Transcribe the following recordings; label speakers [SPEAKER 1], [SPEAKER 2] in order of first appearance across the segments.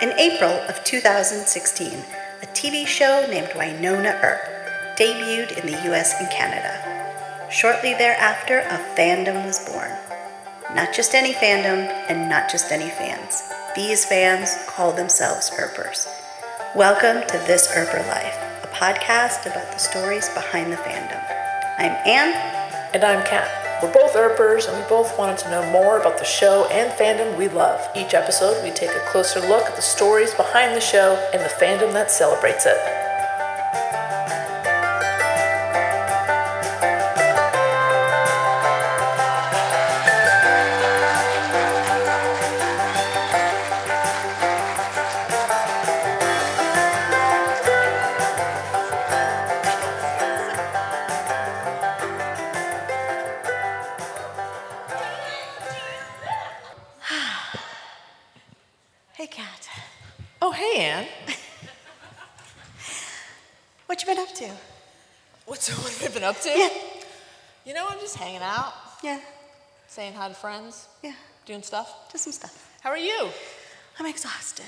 [SPEAKER 1] In April of 2016, a TV show named Winona Earp debuted in the US and Canada. Shortly thereafter, a fandom was born. Not just any fandom, and not just any fans. These fans call themselves Erpers. Welcome to This Erper Life, a podcast about the stories behind the fandom. I'm Anne.
[SPEAKER 2] And I'm Kat. We're both ERPers and we both wanted to know more about the show and fandom we love. Each episode, we take a closer look at the stories behind the show and the fandom that celebrates it.
[SPEAKER 1] Hey, Kat.
[SPEAKER 2] Oh, hey, Anne.
[SPEAKER 1] What you been up to?
[SPEAKER 2] What's what have I been up to? You know, I'm just hanging out,
[SPEAKER 1] yeah,
[SPEAKER 2] saying hi to friends,
[SPEAKER 1] yeah.
[SPEAKER 2] doing stuff.
[SPEAKER 1] Just some stuff.
[SPEAKER 2] How are you?
[SPEAKER 1] I'm exhausted.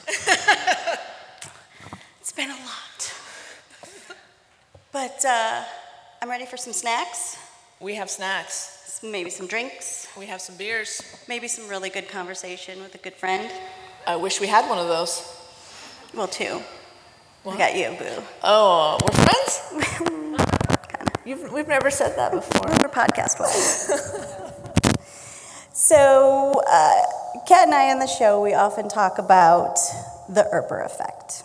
[SPEAKER 1] it's been a lot. But uh, I'm ready for some snacks,
[SPEAKER 2] We have snacks.
[SPEAKER 1] s- maybe some drinks,
[SPEAKER 2] We have some beers.
[SPEAKER 1] maybe some really good conversation with a good friend.
[SPEAKER 2] I wish we had one of those.
[SPEAKER 1] Well, two. I
[SPEAKER 2] What?
[SPEAKER 1] got you, boo.
[SPEAKER 2] Oh, we're friends?
[SPEAKER 1] Kinda.
[SPEAKER 2] You've, we've never said that before.
[SPEAKER 1] Remember podcast wise. so, uh, Kat and I on the show, we often talk about the Erper effect.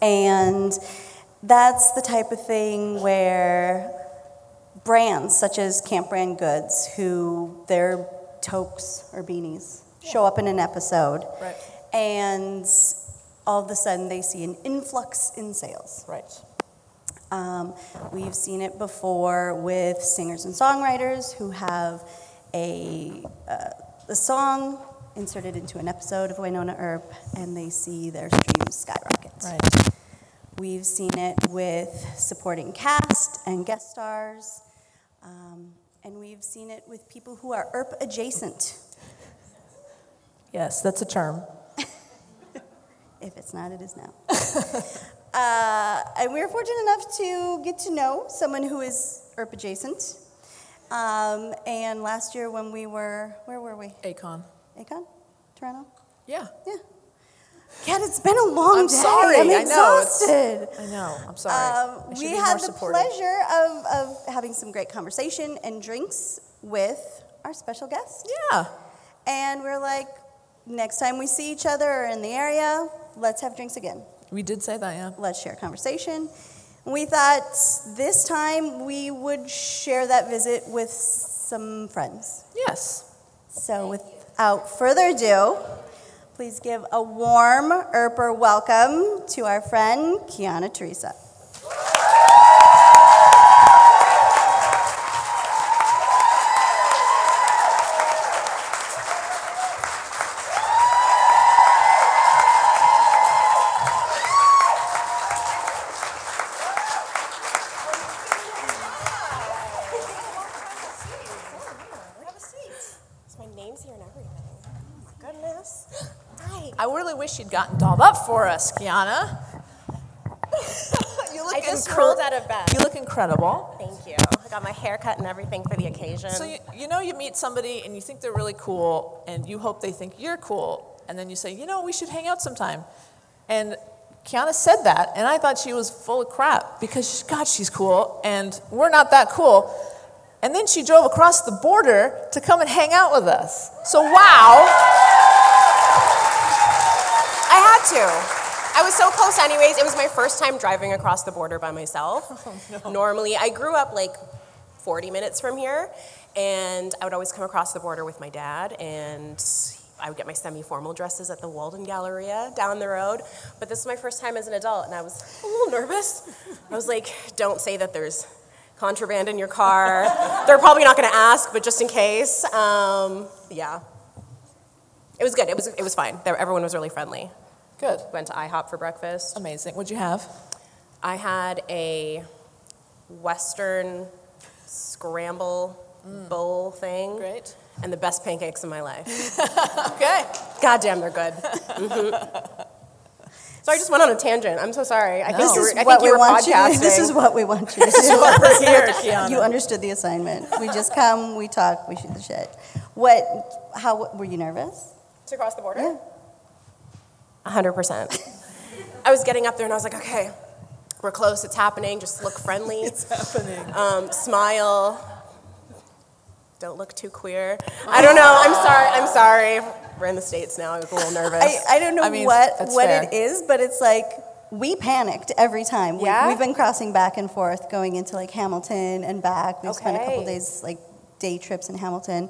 [SPEAKER 1] And that's the type of thing where brands such as Camp Brand Goods, who their toques or beanies show up in an episode,
[SPEAKER 2] Right.
[SPEAKER 1] and all of a sudden they see an influx in sales.
[SPEAKER 2] Right.
[SPEAKER 1] Um, we've seen it before with singers and songwriters who have a, uh, a song inserted into an episode of Winona Earp and they see their streams skyrocket.
[SPEAKER 2] Right.
[SPEAKER 1] We've seen it with supporting cast and guest stars, um, and we've seen it with people who are ERP adjacent.
[SPEAKER 2] Yes, that's a term.
[SPEAKER 1] If it's not, it is now. uh, and we were fortunate enough to get to know someone who is ERP adjacent. Um, and last year, when we were, where were we?
[SPEAKER 2] Akon.
[SPEAKER 1] Akon? Toronto?
[SPEAKER 2] Yeah.
[SPEAKER 1] Yeah. Kat, it's been a long
[SPEAKER 2] I'm
[SPEAKER 1] day.
[SPEAKER 2] sorry,
[SPEAKER 1] I'm
[SPEAKER 2] I know, it's-
[SPEAKER 1] exhausted.
[SPEAKER 2] I know. I'm sorry.
[SPEAKER 1] Um,
[SPEAKER 2] I should
[SPEAKER 1] we
[SPEAKER 2] be
[SPEAKER 1] had
[SPEAKER 2] more
[SPEAKER 1] the
[SPEAKER 2] supportive.
[SPEAKER 1] pleasure of, of having some great conversation and drinks with our special guest.
[SPEAKER 2] Yeah.
[SPEAKER 1] And we're like, next time we see each other or in the area, let's have drinks again.
[SPEAKER 2] We did say that, yeah.
[SPEAKER 1] Let's share a conversation. We thought this time we would share that visit with some friends.
[SPEAKER 2] Yes.
[SPEAKER 1] So without further ado, please give a warm Erper welcome to our friend Kiana Teresa.
[SPEAKER 3] Have a seat. So my name's here and everything. Oh my goodness. Hi.
[SPEAKER 2] I really wish you'd gotten dolled up for us, Kiana. you look
[SPEAKER 3] I just
[SPEAKER 2] incre-
[SPEAKER 3] rolled out of bed.
[SPEAKER 2] You look incredible.
[SPEAKER 3] Thank you. I got my hair cut and everything for the occasion.
[SPEAKER 2] So you, you know you meet somebody and you think they're really cool and you hope they think you're cool and then you say, "You know, we should hang out sometime." And Kiana said that and I thought she was full of crap because god, she's cool and we're not that cool. And then she drove across the border to come and hang out with us. So wow.
[SPEAKER 3] I had to. I was so close, anyways. It was my first time driving across the border by myself. Normally, I grew up like 40 minutes from here, and I would always come across the border with my dad, and I would get my semi formal dresses at the Walden Galleria down the road. But this is my first time as an adult, and I was a little nervous. I was like, don't say that there's contraband in your car. They're probably not gonna ask, but just in case. Um, yeah. It was good. It was, it was fine. There- Everyone was really friendly.
[SPEAKER 2] Good.
[SPEAKER 3] Went to IHOP for breakfast.
[SPEAKER 2] Amazing. What'd you have?
[SPEAKER 3] I had a Western scramble bowl thing.
[SPEAKER 2] Great.
[SPEAKER 3] And the best pancakes in my life.
[SPEAKER 2] Okay.
[SPEAKER 3] God damn, they're good. So Mm-hmm. I just went on a tangent. I'm so sorry. I think
[SPEAKER 2] This
[SPEAKER 3] you were,
[SPEAKER 2] is
[SPEAKER 3] I think you were podcasting.
[SPEAKER 4] you. This is what we want you to do.
[SPEAKER 2] Over here, Kiana.
[SPEAKER 4] you understood the assignment. We just come, we talk, we shoot the shit. What? How were you nervous?
[SPEAKER 3] to cross the border.
[SPEAKER 4] Yeah.
[SPEAKER 3] 100%. I was getting up there and I was like, okay, we're close, it's happening, just look friendly. it's happening. Um, smile. Don't look too queer. I don't know, I'm sorry, I'm sorry. We're in the States now, I was a little nervous.
[SPEAKER 4] I, I don't know
[SPEAKER 2] I mean,
[SPEAKER 4] what
[SPEAKER 2] that's
[SPEAKER 4] what
[SPEAKER 2] fair.
[SPEAKER 4] it is, but it's like we panicked every time. We,
[SPEAKER 3] Yeah?
[SPEAKER 4] We've been crossing back and forth, going into like Hamilton and back. We spent a couple
[SPEAKER 3] Okay.
[SPEAKER 4] days like day trips in Hamilton,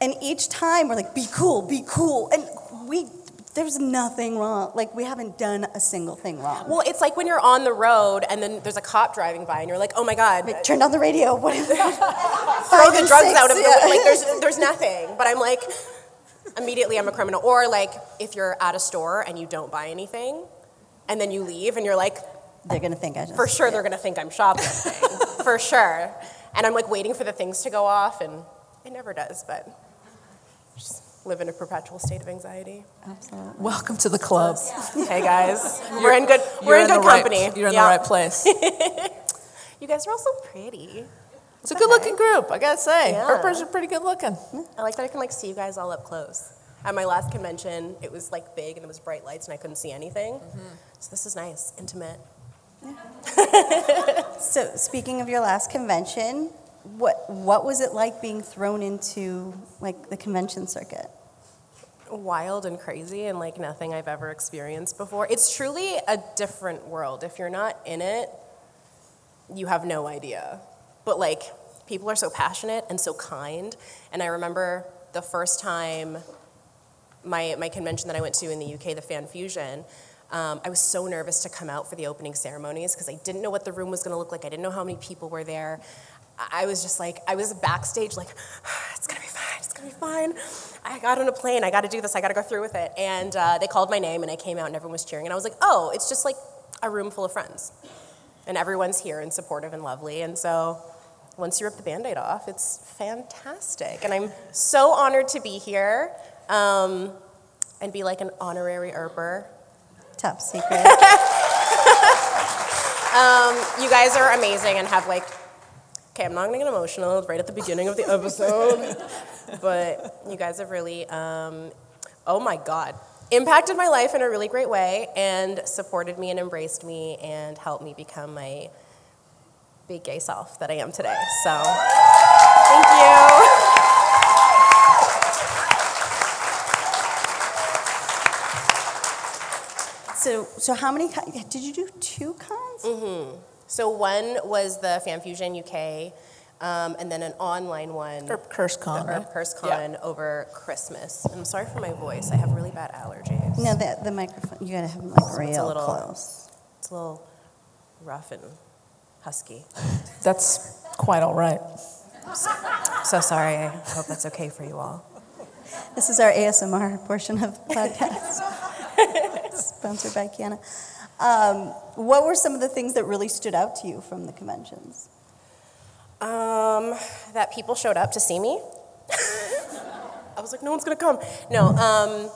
[SPEAKER 4] and each time we're like, "Be cool, be cool," and we there's nothing wrong. Like we haven't done a single thing wrong.
[SPEAKER 3] well, it's like when you're on the road and then there's a cop driving by and you're like, oh my God,
[SPEAKER 4] Like, turned on the radio. What is
[SPEAKER 3] throw the drugs out of the window. Like there's there's nothing. But I'm like, immediately I'm a criminal. Or like if you're at a store and you don't buy anything, and then you leave and you're like,
[SPEAKER 4] They're gonna think I just
[SPEAKER 3] for sure they're gonna think I'm shoplifting, for sure. And I'm like waiting for the things to go off, and it never does. But just live in a perpetual state of anxiety.
[SPEAKER 4] Absolutely.
[SPEAKER 2] Welcome to the club.
[SPEAKER 3] Hey guys, we're in good
[SPEAKER 2] You're
[SPEAKER 3] we're in good
[SPEAKER 2] the right-
[SPEAKER 3] company.
[SPEAKER 2] you're in
[SPEAKER 3] Yeah.
[SPEAKER 2] the right place.
[SPEAKER 3] You guys are all so pretty.
[SPEAKER 2] It's a good looking group, I gotta say.
[SPEAKER 3] Yeah.
[SPEAKER 2] Herpers are pretty good looking.
[SPEAKER 3] I like that I can like see you guys all up close. At my last convention, it was like big and there was bright lights and I couldn't see anything.
[SPEAKER 2] Mm-hmm.
[SPEAKER 3] So this is nice, intimate.
[SPEAKER 4] So speaking of your last convention, what what was it like being thrown into like the convention circuit?
[SPEAKER 3] wild and crazy and like nothing I've ever experienced before. It's truly a different world. If you're not in it, you have no idea. But like people are so passionate and so kind. And I remember the first time my my convention that I went to in the UK, the Fan Fusion. Um, I was so nervous to come out for the opening ceremonies because I didn't know what the room was going to look like. I didn't know how many people were there. I I was just like, I was backstage, like, it's gonna be fine, it's gonna be fine. I got on a plane, I gotta do this, I gotta go through with it. And uh, they called my name, and I came out, and everyone was cheering. And I was like, oh, it's just like a room full of friends. And everyone's here and supportive and lovely. And so once you rip the band aid off, it's fantastic. And I'm so honored to be here um, and be like an honorary herper.
[SPEAKER 4] Top secret.
[SPEAKER 3] Um, You guys are amazing and have like, okay, I'm not gonna get emotional right at the beginning of the episode, but you guys have really, um, oh my God, impacted my life in a really great way and supported me and embraced me and helped me become my big gay self that I am today. So, thank you.
[SPEAKER 4] So, so how many con- yeah, did you do? Two cons?
[SPEAKER 3] So one was the FanFusion UK, um, and then an online one,
[SPEAKER 2] Or curse con.
[SPEAKER 3] the
[SPEAKER 2] right?
[SPEAKER 3] Herb Purse
[SPEAKER 2] Uh-huh. Yeah.
[SPEAKER 3] Con over Christmas. And I'm sorry for my voice; I have really bad allergies.
[SPEAKER 4] No, the, the microphone. You gotta have them like
[SPEAKER 3] it's a
[SPEAKER 4] real
[SPEAKER 3] little-
[SPEAKER 4] close.
[SPEAKER 3] It's a little rough and husky.
[SPEAKER 2] That's quite all right.
[SPEAKER 3] I'm so sorry. I hope that's okay for you all.
[SPEAKER 4] This is our ASMR portion of the podcast, sponsored by Kiana. Um, what were some of the things that really stood out to you from the conventions?
[SPEAKER 3] Um, that people showed up to see me. I was like, no one's gonna come. No, um,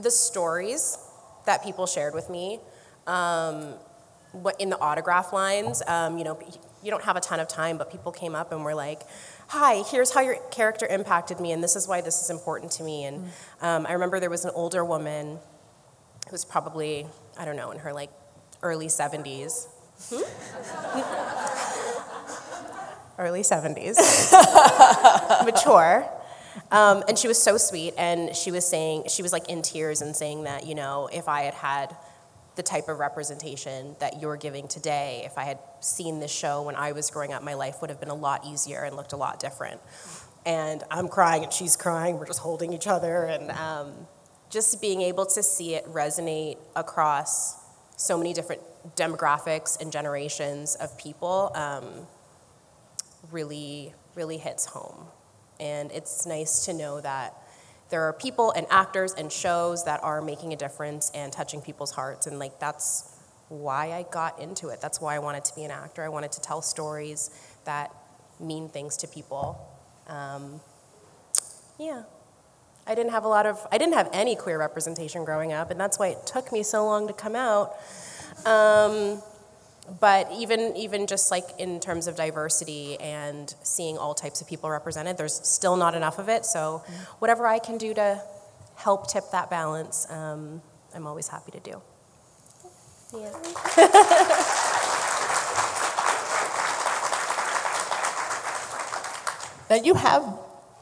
[SPEAKER 3] the stories that people shared with me, um, what in the autograph lines, um, you know, you don't have a ton of time, but people came up and were like, "Hi, here's how your character impacted me, and this is why this is important to me." And um, I remember there was an older woman who was probably, I don't know, in her like early 70s. early 70s, mature. Um, and she was so sweet, and she was saying, she was like in tears and saying that, you know, if I had had the type of representation that you're giving today, if I had seen this show when I was growing up, my life would have been a lot easier and looked a lot different. And I'm crying, and she's crying, we're just holding each other, and um, just being able to see it resonate across so many different demographics and generations of people. Um, really, really hits home. And it's nice to know that there are people and actors and shows that are making a difference and touching people's hearts. And like, that's why I got into it. That's why I wanted to be an actor. I wanted to tell stories that mean things to people. Um, yeah. I didn't have a lot of, I didn't have any queer representation growing up, and that's why it took me so long to come out. Um, but even even just like in terms of diversity and seeing all types of people represented, there's still not enough of it. So whatever I can do to help tip that balance, um, I'm always happy to do.
[SPEAKER 2] Now you have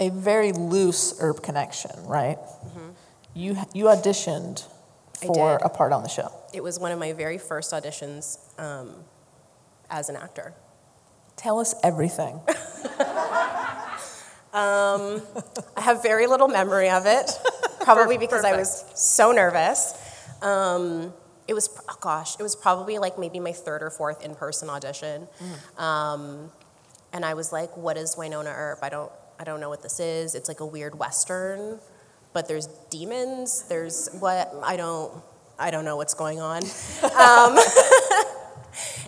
[SPEAKER 2] a very loose herb connection, right? You you auditioned
[SPEAKER 3] Mm-hmm. I
[SPEAKER 2] for
[SPEAKER 3] did.
[SPEAKER 2] a part on the show.
[SPEAKER 3] It was one of my very first auditions um, as an actor.
[SPEAKER 2] Tell us everything.
[SPEAKER 3] Um, I have very little memory of it, probably because I was so nervous. Um, it was, oh gosh, it was probably like maybe my third or fourth in person audition. Um, and I was like, what is Winona Earp? I don't, I don't know what this is. It's like a weird Western, but there's demons. There's what, I don't, I don't know what's going on. Um,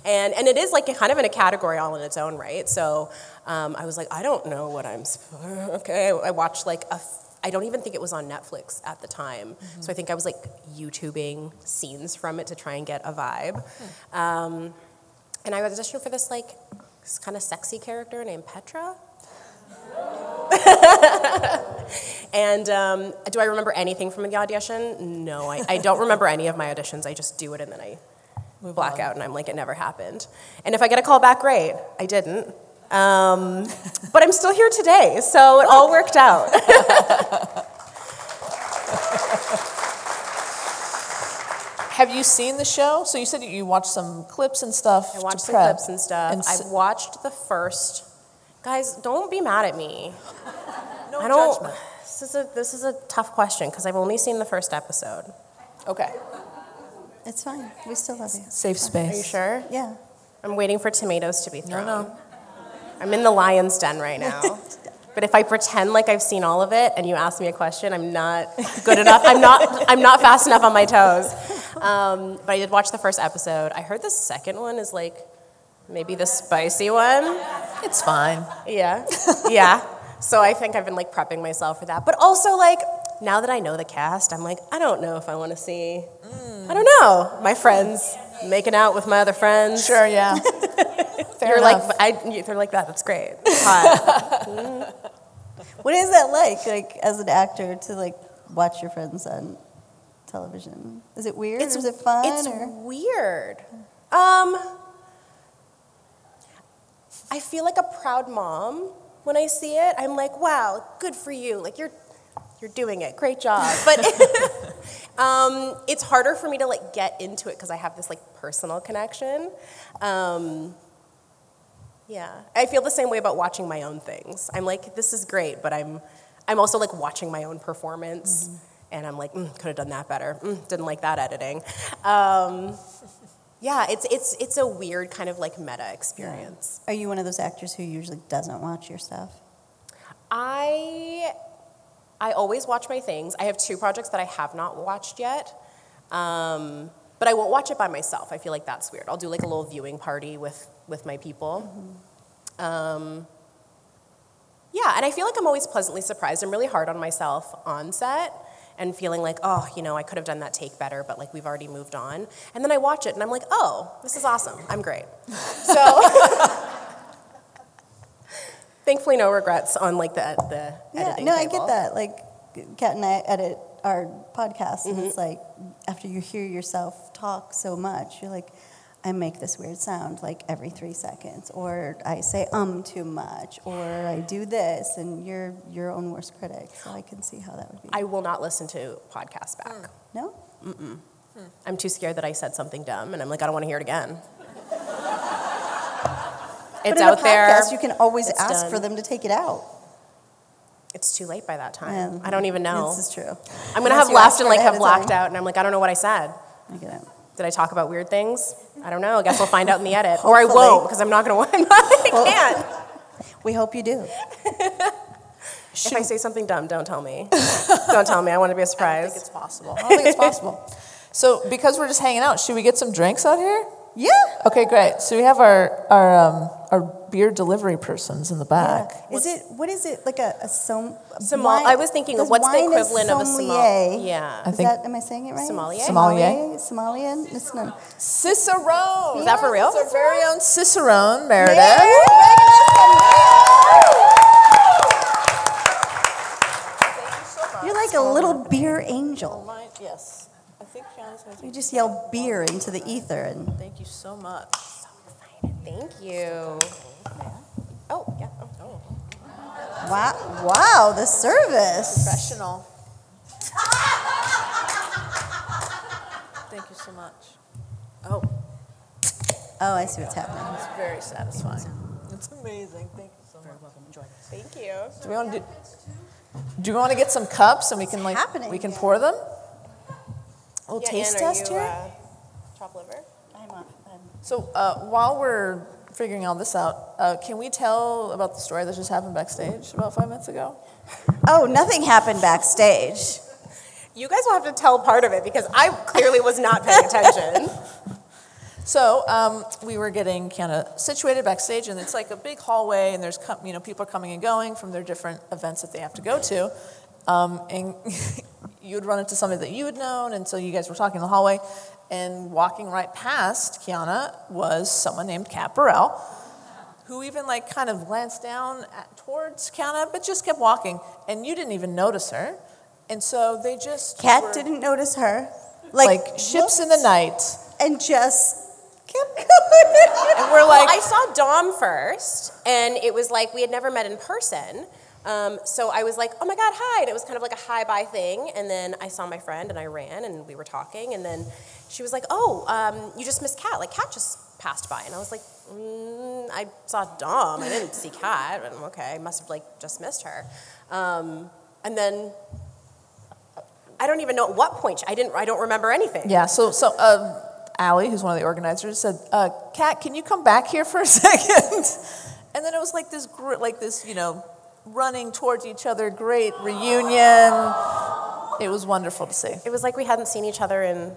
[SPEAKER 3] and and it is like kind of in a category all in its own right so um, i was like i don't know what i'm sp- okay i watched like a f- i don't even think it was on netflix at the time so i think i was like youtubing scenes from it to try and get a vibe um, and i auditioned for this like kind of sexy character named petra and um, do I remember anything from the audition? No, I, I don't remember any of my auditions. I just do it and then I black out and I'm like, it never happened. And if I get a call back, great. I didn't. Um, but I'm still here today, so it all worked out.
[SPEAKER 2] Have you seen the show? So you said you watched some clips and stuff.
[SPEAKER 3] I watched
[SPEAKER 2] to
[SPEAKER 3] some
[SPEAKER 2] prep.
[SPEAKER 3] clips and stuff.
[SPEAKER 2] And
[SPEAKER 3] I
[SPEAKER 2] s-
[SPEAKER 3] watched the first. Guys, don't be mad at me.
[SPEAKER 2] no
[SPEAKER 3] I don't.
[SPEAKER 2] judgment.
[SPEAKER 3] This is a this is a tough question because I've only seen the first episode.
[SPEAKER 2] Okay.
[SPEAKER 4] It's fine. We still love you.
[SPEAKER 2] Safe space.
[SPEAKER 3] Are you sure?
[SPEAKER 4] Yeah.
[SPEAKER 3] I'm waiting for tomatoes to be
[SPEAKER 2] No,
[SPEAKER 3] thrown.
[SPEAKER 2] no.
[SPEAKER 3] I'm in the lion's den right now. But if I pretend like I've seen all of it and you ask me a question, I'm not good enough. I'm not, I'm not fast enough on my toes. Um, but I did watch the first episode. I heard the second one is like maybe the spicy one.
[SPEAKER 2] It's fine.
[SPEAKER 3] Yeah. Yeah. So I think I've been like prepping myself for that. But also like now that I know the cast, I'm like, I don't know if I want to see I don't know. My friends making out with my other friends.
[SPEAKER 2] Sure. Yeah. Fair
[SPEAKER 3] You're
[SPEAKER 2] enough.
[SPEAKER 3] like I, they're like that. That's great. It's hot.
[SPEAKER 4] What is that like, like as an actor, to like watch your friends on television? Is it weird? or is it fun?
[SPEAKER 3] It's
[SPEAKER 4] or?
[SPEAKER 3] weird. Um, I feel like a proud mom when I see it. I'm like, wow, good for you. Like you're, you're doing it. Great job. But um, it's harder for me to like get into it because I have this like personal connection. Um, yeah, I feel the same way about watching my own things. I'm like, this is great, but I'm, I'm also like watching my own performance, and I'm like, mm, could have done that better. Mm, didn't like that editing. Um, yeah, it's it's it's a weird kind of like meta experience.
[SPEAKER 4] Are you one of those actors who usually doesn't watch your stuff?
[SPEAKER 3] I I always watch my things. I have two projects that I have not watched yet. Um, but I won't watch it by myself. I feel like that's weird. I'll do like a little viewing party with with my people.
[SPEAKER 4] Mm-hmm.
[SPEAKER 3] Um, yeah, and I feel like I'm always pleasantly surprised. I'm really hard on myself on set and feeling like, oh, you know, I could have done that take better, but like we've already moved on. And then I watch it and I'm like, oh, this is awesome. I'm great. So thankfully, no regrets on like the the
[SPEAKER 4] Yeah,
[SPEAKER 3] editing
[SPEAKER 4] no, I
[SPEAKER 3] table.
[SPEAKER 4] get that. Like, Kat and I edit our podcast, and
[SPEAKER 3] Mm-hmm.
[SPEAKER 4] it's like after you hear yourself talk so much, you're like, I make this weird sound like every three seconds, or I say um too much, or I do this, and you're your own worst critic. So I can see how that would be.
[SPEAKER 3] I will not listen to podcasts back.
[SPEAKER 4] Hmm. no,
[SPEAKER 3] I'm too scared that I said something dumb, and I'm like, I don't want to hear it again.
[SPEAKER 4] but
[SPEAKER 3] it's
[SPEAKER 4] in
[SPEAKER 3] out
[SPEAKER 4] a
[SPEAKER 3] there.
[SPEAKER 4] podcast, you can always
[SPEAKER 3] It's
[SPEAKER 4] ask
[SPEAKER 3] done.
[SPEAKER 4] for them to take it out.
[SPEAKER 3] it's too late by that time.
[SPEAKER 4] Yeah,
[SPEAKER 3] I don't even know.
[SPEAKER 4] This is true.
[SPEAKER 3] I'm gonna have
[SPEAKER 4] Unless you ask
[SPEAKER 3] left
[SPEAKER 4] for
[SPEAKER 3] and
[SPEAKER 4] it
[SPEAKER 3] like
[SPEAKER 4] ahead
[SPEAKER 3] have
[SPEAKER 4] of time.
[SPEAKER 3] blacked out, and I'm like, I don't know what I said.
[SPEAKER 4] I get it.
[SPEAKER 3] Did I talk about weird things? I don't know. I guess we'll find out in the edit, or I
[SPEAKER 4] Hopefully.
[SPEAKER 3] won't because I'm not gonna. I'm not, I
[SPEAKER 4] Well,
[SPEAKER 3] can't.
[SPEAKER 4] We hope you do.
[SPEAKER 3] If I say something dumb, don't tell me. don't tell me. I want to be a surprise.
[SPEAKER 2] think it's possible. I don't think it's possible. So because we're just hanging out, should we get some drinks out here?
[SPEAKER 4] Yeah.
[SPEAKER 2] Okay, great. So we have our our um, our beer delivery persons in the back.
[SPEAKER 4] Yeah. Is it what is it like a, a som? a
[SPEAKER 3] Sommel-
[SPEAKER 4] wine-
[SPEAKER 3] I was thinking of
[SPEAKER 4] there's
[SPEAKER 3] what's the
[SPEAKER 4] wine is
[SPEAKER 3] equivalent of a sommel-
[SPEAKER 4] sommelier.
[SPEAKER 3] yeah. I
[SPEAKER 4] is
[SPEAKER 2] think-
[SPEAKER 4] that am I saying it right?
[SPEAKER 3] Sommelier?
[SPEAKER 2] Sommelier.
[SPEAKER 4] Somalian. It's not.
[SPEAKER 2] Cicerone.
[SPEAKER 3] Is that for real?
[SPEAKER 2] It's our very own Cicerone, Meredith.
[SPEAKER 4] You're like a little beer angel.
[SPEAKER 2] Mine, yes. I think Kiana's going to
[SPEAKER 4] You just yell beer into the ether, and
[SPEAKER 2] thank you so much.
[SPEAKER 3] Thank you. Oh, yeah. Oh.
[SPEAKER 4] wow, wow, the service.
[SPEAKER 2] Professional. thank you so much. Oh,
[SPEAKER 4] Oh, I see what's happening.
[SPEAKER 2] it's very satisfying. It's amazing. Thank you so much.
[SPEAKER 3] Thank you.
[SPEAKER 2] Do we want to do, do we want to get some cups and we can like
[SPEAKER 4] happening.
[SPEAKER 2] we can pour them? A little
[SPEAKER 3] Yeah,
[SPEAKER 2] taste
[SPEAKER 3] Ann, are
[SPEAKER 2] test
[SPEAKER 3] you,
[SPEAKER 2] here.
[SPEAKER 3] uh, chop liver?
[SPEAKER 4] I'm, uh, I'm-
[SPEAKER 2] So uh, while we're figuring all this out, uh, can we tell about the story that just happened backstage about five minutes ago?
[SPEAKER 4] Oh, nothing happened backstage.
[SPEAKER 3] You guys will have to tell part of it because I clearly was not paying attention.
[SPEAKER 2] So um, we were getting kind of situated backstage, and it's like a big hallway, and there's com- you know people are coming and going from their different events that they have to go to, um, and you'd run into somebody that you had known, and so you guys were talking in the hallway, and walking right past Kiana was someone named Kat Burrell, who even like kind of glanced down at, towards Kiana, but just kept walking, and you didn't even notice her, and so they just
[SPEAKER 4] Kat
[SPEAKER 2] were,
[SPEAKER 4] didn't notice her.
[SPEAKER 2] like, ships in the night,
[SPEAKER 4] looked and just kept going.
[SPEAKER 2] and we're like.
[SPEAKER 3] I saw Dom first, and it was like we had never met in person. Um, so I was like, oh my God, hi. And it was kind of like a hi bye thing. And then I saw my friend and I ran and we were talking. And then she was like, oh, um, you just missed Kat. Like, Kat just passed by. And I was like, mm, I saw Dom. I didn't see Kat. And I'm okay. I must have like just missed her. Um, and then I don't even know at what point. I didn't, I don't remember anything.
[SPEAKER 2] Yeah, so, so um, Allie, who's one of the organizers, said, uh, Kat, can you come back here for a second? and then it was like this, gr- like this, you know, running towards each other, great reunion. It was wonderful to see.
[SPEAKER 3] It was like we hadn't seen each other in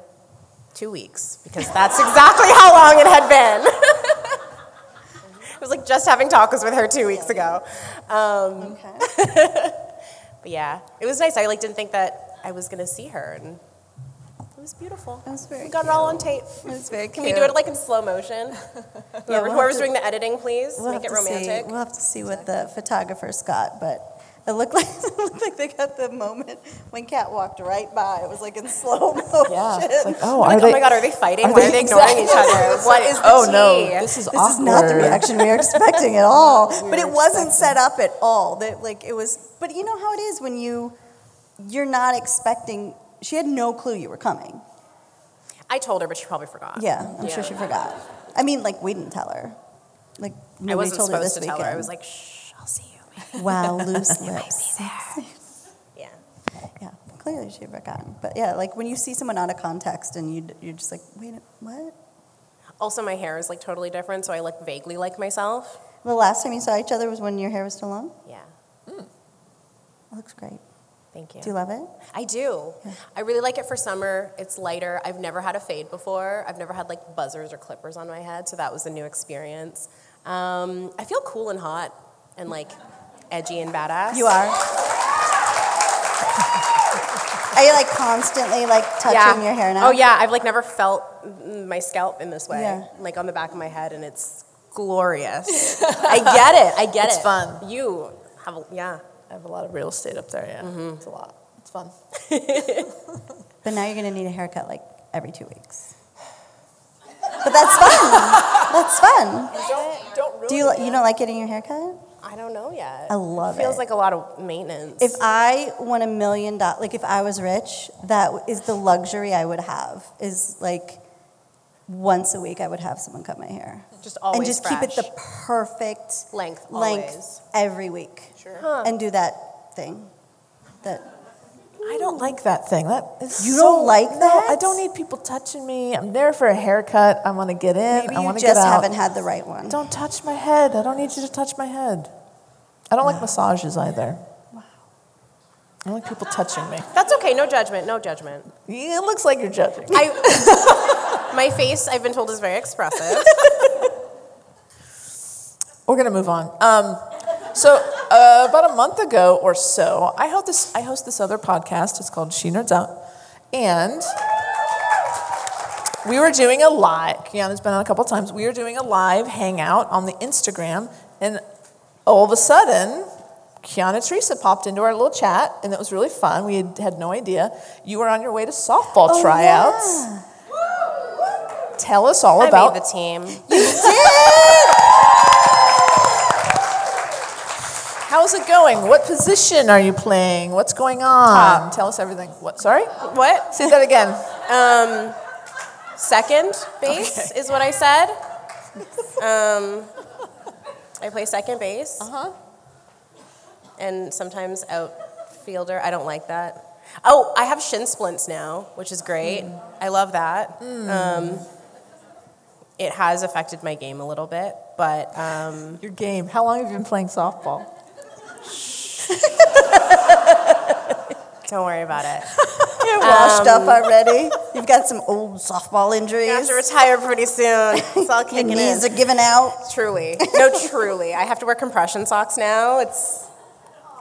[SPEAKER 3] two weeks because that's exactly how long it had been. it was like just having tacos with her two weeks ago. Um,
[SPEAKER 4] okay.
[SPEAKER 3] but yeah, it was nice. I like didn't think that I was gonna see her, and it was beautiful.
[SPEAKER 4] That was very
[SPEAKER 3] we got it all on tape.
[SPEAKER 4] That's very
[SPEAKER 3] Can we do it like in slow motion?
[SPEAKER 4] we'll
[SPEAKER 3] Whoever,
[SPEAKER 4] have
[SPEAKER 3] whoever's
[SPEAKER 4] to-
[SPEAKER 3] doing the editing, please
[SPEAKER 4] We'll
[SPEAKER 3] make it
[SPEAKER 4] have to see-
[SPEAKER 3] romantic.
[SPEAKER 4] we'll have to see what the photographer Scott, but it looked like it looked like they got the moment when Kat walked right by. It was like in slow motion.
[SPEAKER 2] Yeah. It's like, oh,
[SPEAKER 3] I'm like,
[SPEAKER 2] are they,
[SPEAKER 3] oh my god, are they fighting?
[SPEAKER 2] are
[SPEAKER 3] Why
[SPEAKER 2] they-
[SPEAKER 3] are they ignoring each other? What is the
[SPEAKER 2] oh
[SPEAKER 3] tea?
[SPEAKER 2] no, this is
[SPEAKER 4] this
[SPEAKER 2] awkward.
[SPEAKER 4] is not the reaction we were expecting at all. but it
[SPEAKER 2] were
[SPEAKER 4] wasn't set up at all. That like it was. But you know how it is when you you're not expecting. She had no clue you were coming.
[SPEAKER 3] I told her, but she probably forgot.
[SPEAKER 4] Yeah, I'm
[SPEAKER 3] Yeah.
[SPEAKER 4] sure she forgot. I mean, like we didn't tell her. Like nobody
[SPEAKER 3] I wasn't
[SPEAKER 4] told her
[SPEAKER 3] supposed
[SPEAKER 4] this
[SPEAKER 3] to
[SPEAKER 4] weekend.
[SPEAKER 3] tell her. I was like, shh, I'll see you. maybe."
[SPEAKER 4] wow, loose lips.
[SPEAKER 3] Yeah.
[SPEAKER 4] Yeah, clearly she had forgotten. But yeah, like when you see someone out of context and you you're just like, wait, what?
[SPEAKER 3] Also, my hair is like totally different, so I look vaguely like myself.
[SPEAKER 4] The last time you saw each other was when your hair was still long.
[SPEAKER 3] Yeah.
[SPEAKER 4] It looks great.
[SPEAKER 3] Thank you.
[SPEAKER 4] Do you love it?
[SPEAKER 3] I do. I really like it for summer. It's lighter. I've never had a fade before. I've never had like buzzers or clippers on my head, so that was a new experience. Um, I feel cool and hot and like edgy and badass.
[SPEAKER 4] You are. Are you like constantly like touching
[SPEAKER 3] Yeah.
[SPEAKER 4] your hair now?
[SPEAKER 3] Oh yeah, I've like never felt mm, my scalp in this way,
[SPEAKER 4] Yeah.
[SPEAKER 3] like on the back of my head, and it's glorious. I get it. I get
[SPEAKER 2] It's
[SPEAKER 3] it.
[SPEAKER 2] fun.
[SPEAKER 3] You have, a, yeah.
[SPEAKER 2] I have a lot of real estate up there, yeah. It's a lot. It's fun.
[SPEAKER 4] But now you're gonna need a haircut like every two weeks. But that's fun. that's fun.
[SPEAKER 2] Don't, don't ruin
[SPEAKER 4] Do you li- you don't like getting your haircut?
[SPEAKER 3] I don't know yet.
[SPEAKER 4] I love
[SPEAKER 3] Feels
[SPEAKER 4] it.
[SPEAKER 3] like a lot of maintenance.
[SPEAKER 4] If I won a million dollars, like if I was rich, that w- is the luxury I would have. Is like once a week I would have someone cut my hair
[SPEAKER 3] just always
[SPEAKER 4] and just keep it
[SPEAKER 3] fresh.
[SPEAKER 4] the perfect
[SPEAKER 3] Length,
[SPEAKER 4] length
[SPEAKER 3] always.
[SPEAKER 4] every week.
[SPEAKER 2] Sure.
[SPEAKER 4] And do that thing. That
[SPEAKER 2] I don't like that thing. That is
[SPEAKER 4] You
[SPEAKER 2] so-
[SPEAKER 4] don't like
[SPEAKER 2] no,
[SPEAKER 4] that?
[SPEAKER 2] I don't need people touching me. I'm there for a haircut. I want to get in.
[SPEAKER 4] maybe
[SPEAKER 2] I
[SPEAKER 4] you
[SPEAKER 2] want to
[SPEAKER 4] just
[SPEAKER 2] get out.
[SPEAKER 4] haven't had the right one.
[SPEAKER 2] Don't touch my head. I don't need you to touch my head. I don't like massages either. I don't like people touching me.
[SPEAKER 3] That's okay. No judgment. No judgment.
[SPEAKER 2] It looks like you're judging.
[SPEAKER 3] I, my face, I've been told, is very expressive.
[SPEAKER 2] We're gonna move on. Um, so uh, about a month ago or so, I host this. I host this other podcast. It's called She Nerds Out, and we were doing a live. Kiana's been on a couple times. We were doing a live hangout on the Instagram, and all of a sudden, Kiana Teresa popped into our little chat, and it was really fun. We had, had no idea you were on your way to softball
[SPEAKER 4] Oh,
[SPEAKER 2] tryouts.
[SPEAKER 4] yeah.
[SPEAKER 2] Tell us all
[SPEAKER 3] I
[SPEAKER 2] about
[SPEAKER 3] made the team.
[SPEAKER 2] How's it going? What position are you playing? What's going on? Tell us everything. What? Sorry?
[SPEAKER 3] What?
[SPEAKER 2] Say that again.
[SPEAKER 3] Um, second base is what I said. Um, I play second base. Uh huh.
[SPEAKER 2] Uh-huh.
[SPEAKER 3] And sometimes outfielder. I don't like that. Oh, I have shin splints now, which is great. I love that. Um, it has affected my game a little bit, but um,
[SPEAKER 2] Your game. How long have you been playing softball?
[SPEAKER 3] don't worry about it.
[SPEAKER 4] You're washed up already. You've got some old softball injuries.
[SPEAKER 3] I have to retire pretty soon. It's all
[SPEAKER 4] Your
[SPEAKER 3] kicking in.
[SPEAKER 4] knees are giving out.
[SPEAKER 3] Truly. No, truly. I have to wear compression socks now. It's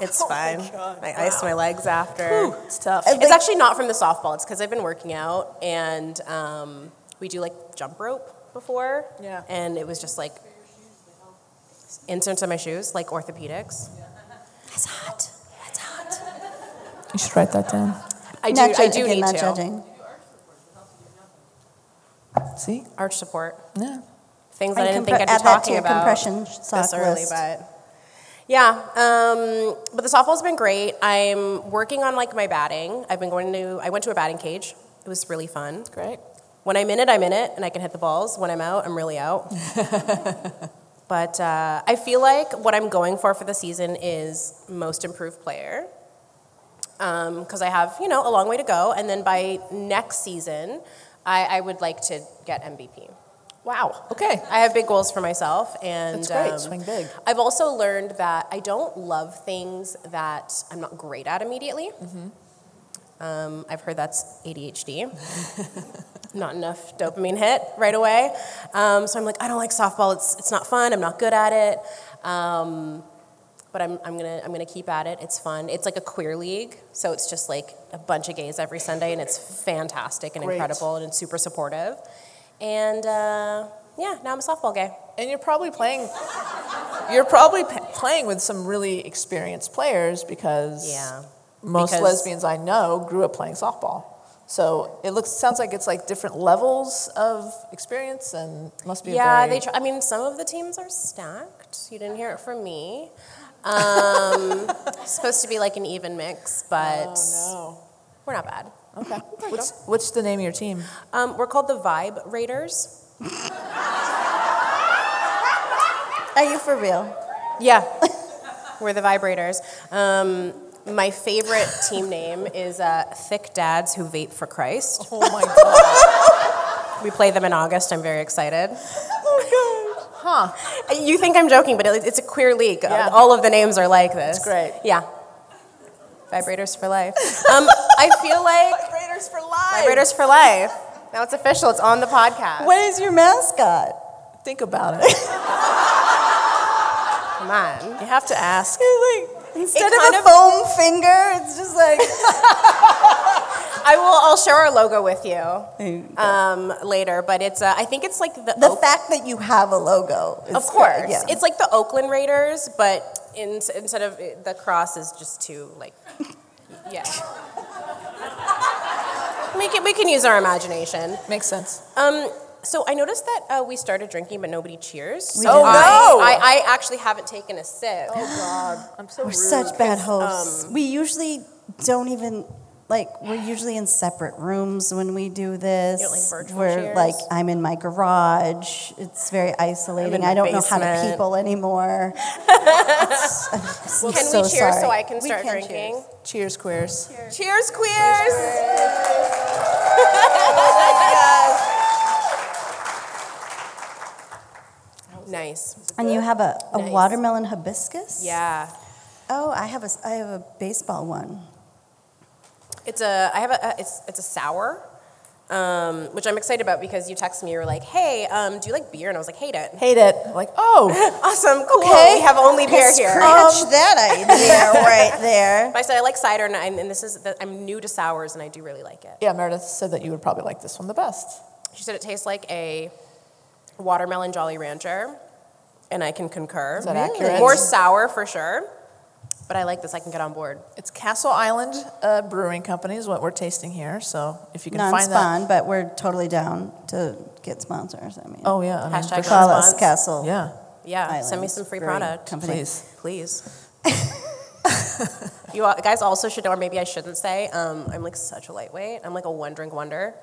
[SPEAKER 3] it's
[SPEAKER 2] Oh my
[SPEAKER 3] fine.
[SPEAKER 2] God,
[SPEAKER 3] I ice my legs after.
[SPEAKER 2] It's tough.
[SPEAKER 4] Uh,
[SPEAKER 3] It's actually not from the softball. It's because I've been working out and um, we do like jump rope before.
[SPEAKER 2] Yeah.
[SPEAKER 3] And it was just like inserts on my shoes, like orthopedics.
[SPEAKER 4] That's hot. That's hot.
[SPEAKER 2] You should write that down.
[SPEAKER 3] I do.
[SPEAKER 4] not
[SPEAKER 3] I
[SPEAKER 4] judging,
[SPEAKER 3] do
[SPEAKER 4] again,
[SPEAKER 3] need
[SPEAKER 4] not
[SPEAKER 3] to
[SPEAKER 4] judging.
[SPEAKER 2] See?
[SPEAKER 3] arch support
[SPEAKER 2] Yeah.
[SPEAKER 3] things that I didn't
[SPEAKER 4] compre-
[SPEAKER 3] think I'd be
[SPEAKER 4] add that to
[SPEAKER 3] talking
[SPEAKER 4] your
[SPEAKER 3] about.
[SPEAKER 4] compression sock
[SPEAKER 3] this early,
[SPEAKER 4] list.
[SPEAKER 3] but yeah. Um, but the softball's been great. I'm working on like my batting. I've been going to. I went to a batting cage. It was really fun.
[SPEAKER 2] Great.
[SPEAKER 3] When I'm in it, I'm in it, and I can hit the balls. When I'm out, I'm really out. but uh, I feel like what I'm going for for the season is most improved player. Because I have, you know, a long way to go. And then by next season, I, I would like to get MVP.
[SPEAKER 2] Wow. Okay.
[SPEAKER 3] I have big goals for myself, and um,
[SPEAKER 2] That's great. Swing big.
[SPEAKER 3] I've also learned that I don't love things that I'm not great at immediately.
[SPEAKER 2] Mm-hmm.
[SPEAKER 3] Um, I've heard that's ADHD. not enough dopamine hit right away. Um, so I'm like, I don't like softball. It's it's not fun. I'm not good at it. Um, but I'm, I'm gonna I'm gonna keep at it. It's fun. It's like a queer league, so it's just like a bunch of gays every Sunday, and it's fantastic and
[SPEAKER 2] Great.
[SPEAKER 3] incredible, and it's super supportive. And uh, yeah, now I'm a softball gay.
[SPEAKER 2] And you're probably playing. You're probably p- playing with some really experienced players because
[SPEAKER 3] Yeah,
[SPEAKER 2] most
[SPEAKER 3] because-
[SPEAKER 2] lesbians I know grew up playing softball. So it looks sounds like it's like different levels of experience and must be. a
[SPEAKER 3] Yeah,
[SPEAKER 2] very-
[SPEAKER 3] they. Tr- I mean, some of the teams are stacked. You didn't hear it from me. Um, it's supposed to be like an even mix, but
[SPEAKER 2] Oh
[SPEAKER 3] we're not bad.
[SPEAKER 2] no. Okay. What's, what's the name of your team?
[SPEAKER 3] Um, we're called the Vibe Raiders.
[SPEAKER 4] Are you for real?
[SPEAKER 3] Yeah, we're the Vibrators. Um, my favorite team name is uh, Thick Dads Who Vape for Christ.
[SPEAKER 2] Oh my god. Oh
[SPEAKER 3] We play them in August. I'm very excited.
[SPEAKER 2] huh.
[SPEAKER 3] You think I'm joking, but it, it's a queer league.
[SPEAKER 2] Yeah.
[SPEAKER 3] All of the names are like this.
[SPEAKER 2] That's great.
[SPEAKER 3] Yeah. Vibrators for life. Um, I feel like
[SPEAKER 2] Vibrators for life.
[SPEAKER 3] Vibrators for life. Now it's official. It's on the podcast.
[SPEAKER 4] What is your mascot?
[SPEAKER 2] Think about it.
[SPEAKER 3] Come on.
[SPEAKER 2] You have to ask.
[SPEAKER 4] Instead
[SPEAKER 3] kind
[SPEAKER 4] of a
[SPEAKER 3] of-
[SPEAKER 4] foam finger, it's just like.
[SPEAKER 3] I will. I'll share our logo with you
[SPEAKER 4] There you go.
[SPEAKER 3] um, later. But it's. Uh, I think it's like the.
[SPEAKER 4] the
[SPEAKER 3] Oak-
[SPEAKER 4] fact that you have a logo. Is
[SPEAKER 3] of course.
[SPEAKER 4] Yeah.
[SPEAKER 3] It's like the Oakland Raiders, but in, instead of eh, the cross is just too like. Yeah. We can, we can use our imagination.
[SPEAKER 2] Makes sense.
[SPEAKER 3] Um, so I noticed that uh, we started drinking, but nobody cheers.
[SPEAKER 4] We
[SPEAKER 3] So
[SPEAKER 4] didn't.
[SPEAKER 2] Oh, no.
[SPEAKER 3] I, I, I actually haven't taken a sip.
[SPEAKER 2] Oh, I'm so
[SPEAKER 4] We're such bad
[SPEAKER 3] um,
[SPEAKER 4] hosts. we usually don't even like. We're usually in separate rooms when we do this.
[SPEAKER 3] You don't like virtual
[SPEAKER 4] we're
[SPEAKER 3] chairs?
[SPEAKER 4] like I'm in my garage. It's very isolating.
[SPEAKER 3] the
[SPEAKER 4] I don't know how to
[SPEAKER 3] basement.
[SPEAKER 4] people anymore.
[SPEAKER 3] Can we cheers so I can start drinking?
[SPEAKER 2] Cheers, queers.
[SPEAKER 3] Cheers, queers! nice.
[SPEAKER 4] And you have a, a
[SPEAKER 3] Nice.
[SPEAKER 4] watermelon hibiscus.
[SPEAKER 3] Yeah.
[SPEAKER 4] Oh, I have a s- I have a baseball one.
[SPEAKER 3] It's a I have a, a it's it's a sour um, which I'm excited about because you texted me, you were like, hey, um, do you like beer? And I was like, hate it.
[SPEAKER 2] Hate it. I'm like, oh,
[SPEAKER 3] Awesome, cool.
[SPEAKER 2] Okay.
[SPEAKER 3] We have only beer here.
[SPEAKER 4] Scratch that idea right there.
[SPEAKER 3] I said I like cider, and, I'm, and this is the, I'm new to sours, and I do really like it.
[SPEAKER 2] yeah. Meredith said that you would probably like this one the best.
[SPEAKER 3] She said it tastes like a watermelon Jolly Rancher, and I can concur.
[SPEAKER 2] Is that accurate?
[SPEAKER 3] More sour for sure, but I like this. I can get on board.
[SPEAKER 2] It's Castle Island uh, Brewing Company is what we're tasting here. So if you can find that,
[SPEAKER 4] Non-spawn, but we're totally down to get sponsors. I mean,
[SPEAKER 2] oh yeah, I mean,
[SPEAKER 3] Hashtag
[SPEAKER 2] for
[SPEAKER 4] call
[SPEAKER 2] sure.
[SPEAKER 4] us
[SPEAKER 3] spons-
[SPEAKER 4] Castle.
[SPEAKER 2] yeah.
[SPEAKER 3] Yeah, send me
[SPEAKER 4] Island
[SPEAKER 3] some free
[SPEAKER 4] Brewing
[SPEAKER 3] product,
[SPEAKER 4] Company.
[SPEAKER 2] Please.
[SPEAKER 3] please. you all- guys also should know, or maybe I shouldn't say. Um, I'm like such a lightweight. I'm like a one drink wonder.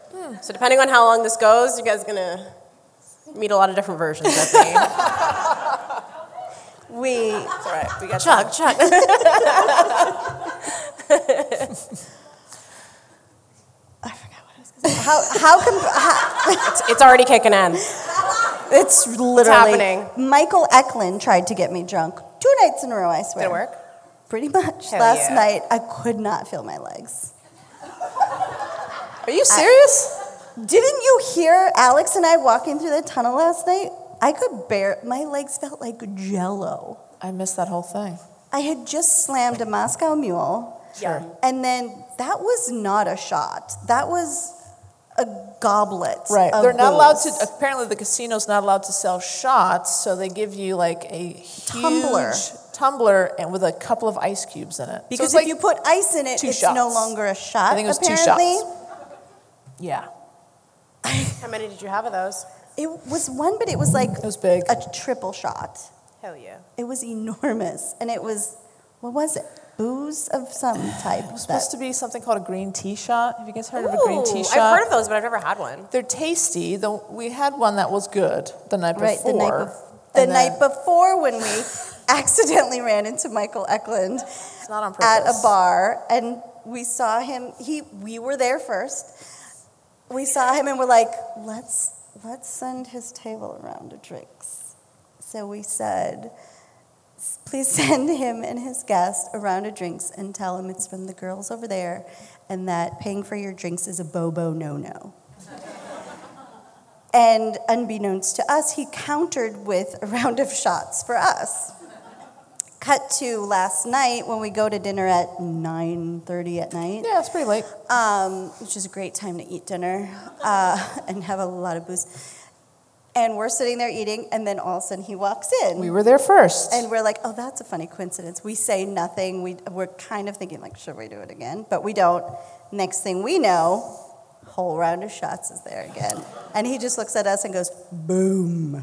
[SPEAKER 3] So depending on how long this goes, you guys gonna meet a lot of different versions of me.
[SPEAKER 4] We
[SPEAKER 2] It's all right. We got you.
[SPEAKER 3] chug, chug.
[SPEAKER 4] how how can
[SPEAKER 3] It's, it's already kicking in.
[SPEAKER 4] it's literally
[SPEAKER 3] happening.
[SPEAKER 4] Michael Eklund tried to get me drunk two nights in a row. I swear.
[SPEAKER 3] Did it work?
[SPEAKER 4] Pretty much.
[SPEAKER 3] Hell
[SPEAKER 4] Last
[SPEAKER 3] yeah.
[SPEAKER 4] night I could not feel my legs.
[SPEAKER 2] Are you serious?
[SPEAKER 4] Didn't you hear Alex and I walking through the tunnel last night? I could bear my legs felt like jello.
[SPEAKER 2] I, missed that whole thing.
[SPEAKER 4] I had just slammed a Moscow Mule.
[SPEAKER 3] Yeah.
[SPEAKER 4] And then that was not a shot. That was a goblet.
[SPEAKER 2] Right.
[SPEAKER 4] of
[SPEAKER 2] They're not allowed to.
[SPEAKER 4] booze.
[SPEAKER 2] Apparently, the casino's not allowed to sell shots, so they give you like a huge
[SPEAKER 4] Tumbler.
[SPEAKER 2] tumbler and with a couple of ice cubes in it. So
[SPEAKER 4] Because
[SPEAKER 2] it's
[SPEAKER 4] if
[SPEAKER 2] like-
[SPEAKER 4] you put ice in it,
[SPEAKER 2] two
[SPEAKER 4] it's
[SPEAKER 2] shots.
[SPEAKER 4] no longer a shot.
[SPEAKER 2] I think it was two
[SPEAKER 4] apparently.
[SPEAKER 2] shots. yeah,
[SPEAKER 3] How many did you have of those?
[SPEAKER 4] It was one, but it was like
[SPEAKER 2] it was big.
[SPEAKER 4] a triple shot.
[SPEAKER 3] Hell yeah.
[SPEAKER 4] It was enormous, and it was what was it? Booze of some type.
[SPEAKER 2] It was
[SPEAKER 4] that-
[SPEAKER 2] supposed to be something called a green tea shot. Have you guys heard of a green tea shot?
[SPEAKER 3] I've heard of those, but I've never had one.
[SPEAKER 2] They're tasty. The, we had one that was good the night
[SPEAKER 4] right
[SPEAKER 2] before.
[SPEAKER 4] the night before. The
[SPEAKER 2] and then-
[SPEAKER 4] night before when we accidentally ran into Michael Eklund
[SPEAKER 2] It's not on
[SPEAKER 4] at a
[SPEAKER 2] purpose.
[SPEAKER 4] bar, and we saw him. He we were there first. We saw him, and we're like, let's let's send his table around to drinks. So we said. "S- Please send him and his guest a round of drinks and tell him it's from the girls over there and that paying for your drinks is a bobo no no. And unbeknownst to us, he countered with a round of shots for us. Cut to last night when we go to dinner at 9:30 at night,
[SPEAKER 2] Yeah, it's pretty late.
[SPEAKER 4] um, which is a great time to eat dinner uh, and have a lot of booze. And we're sitting there eating, and then all of a sudden he walks in.
[SPEAKER 2] We were there first.
[SPEAKER 4] And we're like, oh, that's a funny coincidence. We say nothing. We, we're kind of thinking, like, should we do it again? But we don't. Next thing we know, whole round of shots is there again. And he just looks at us and goes, boom.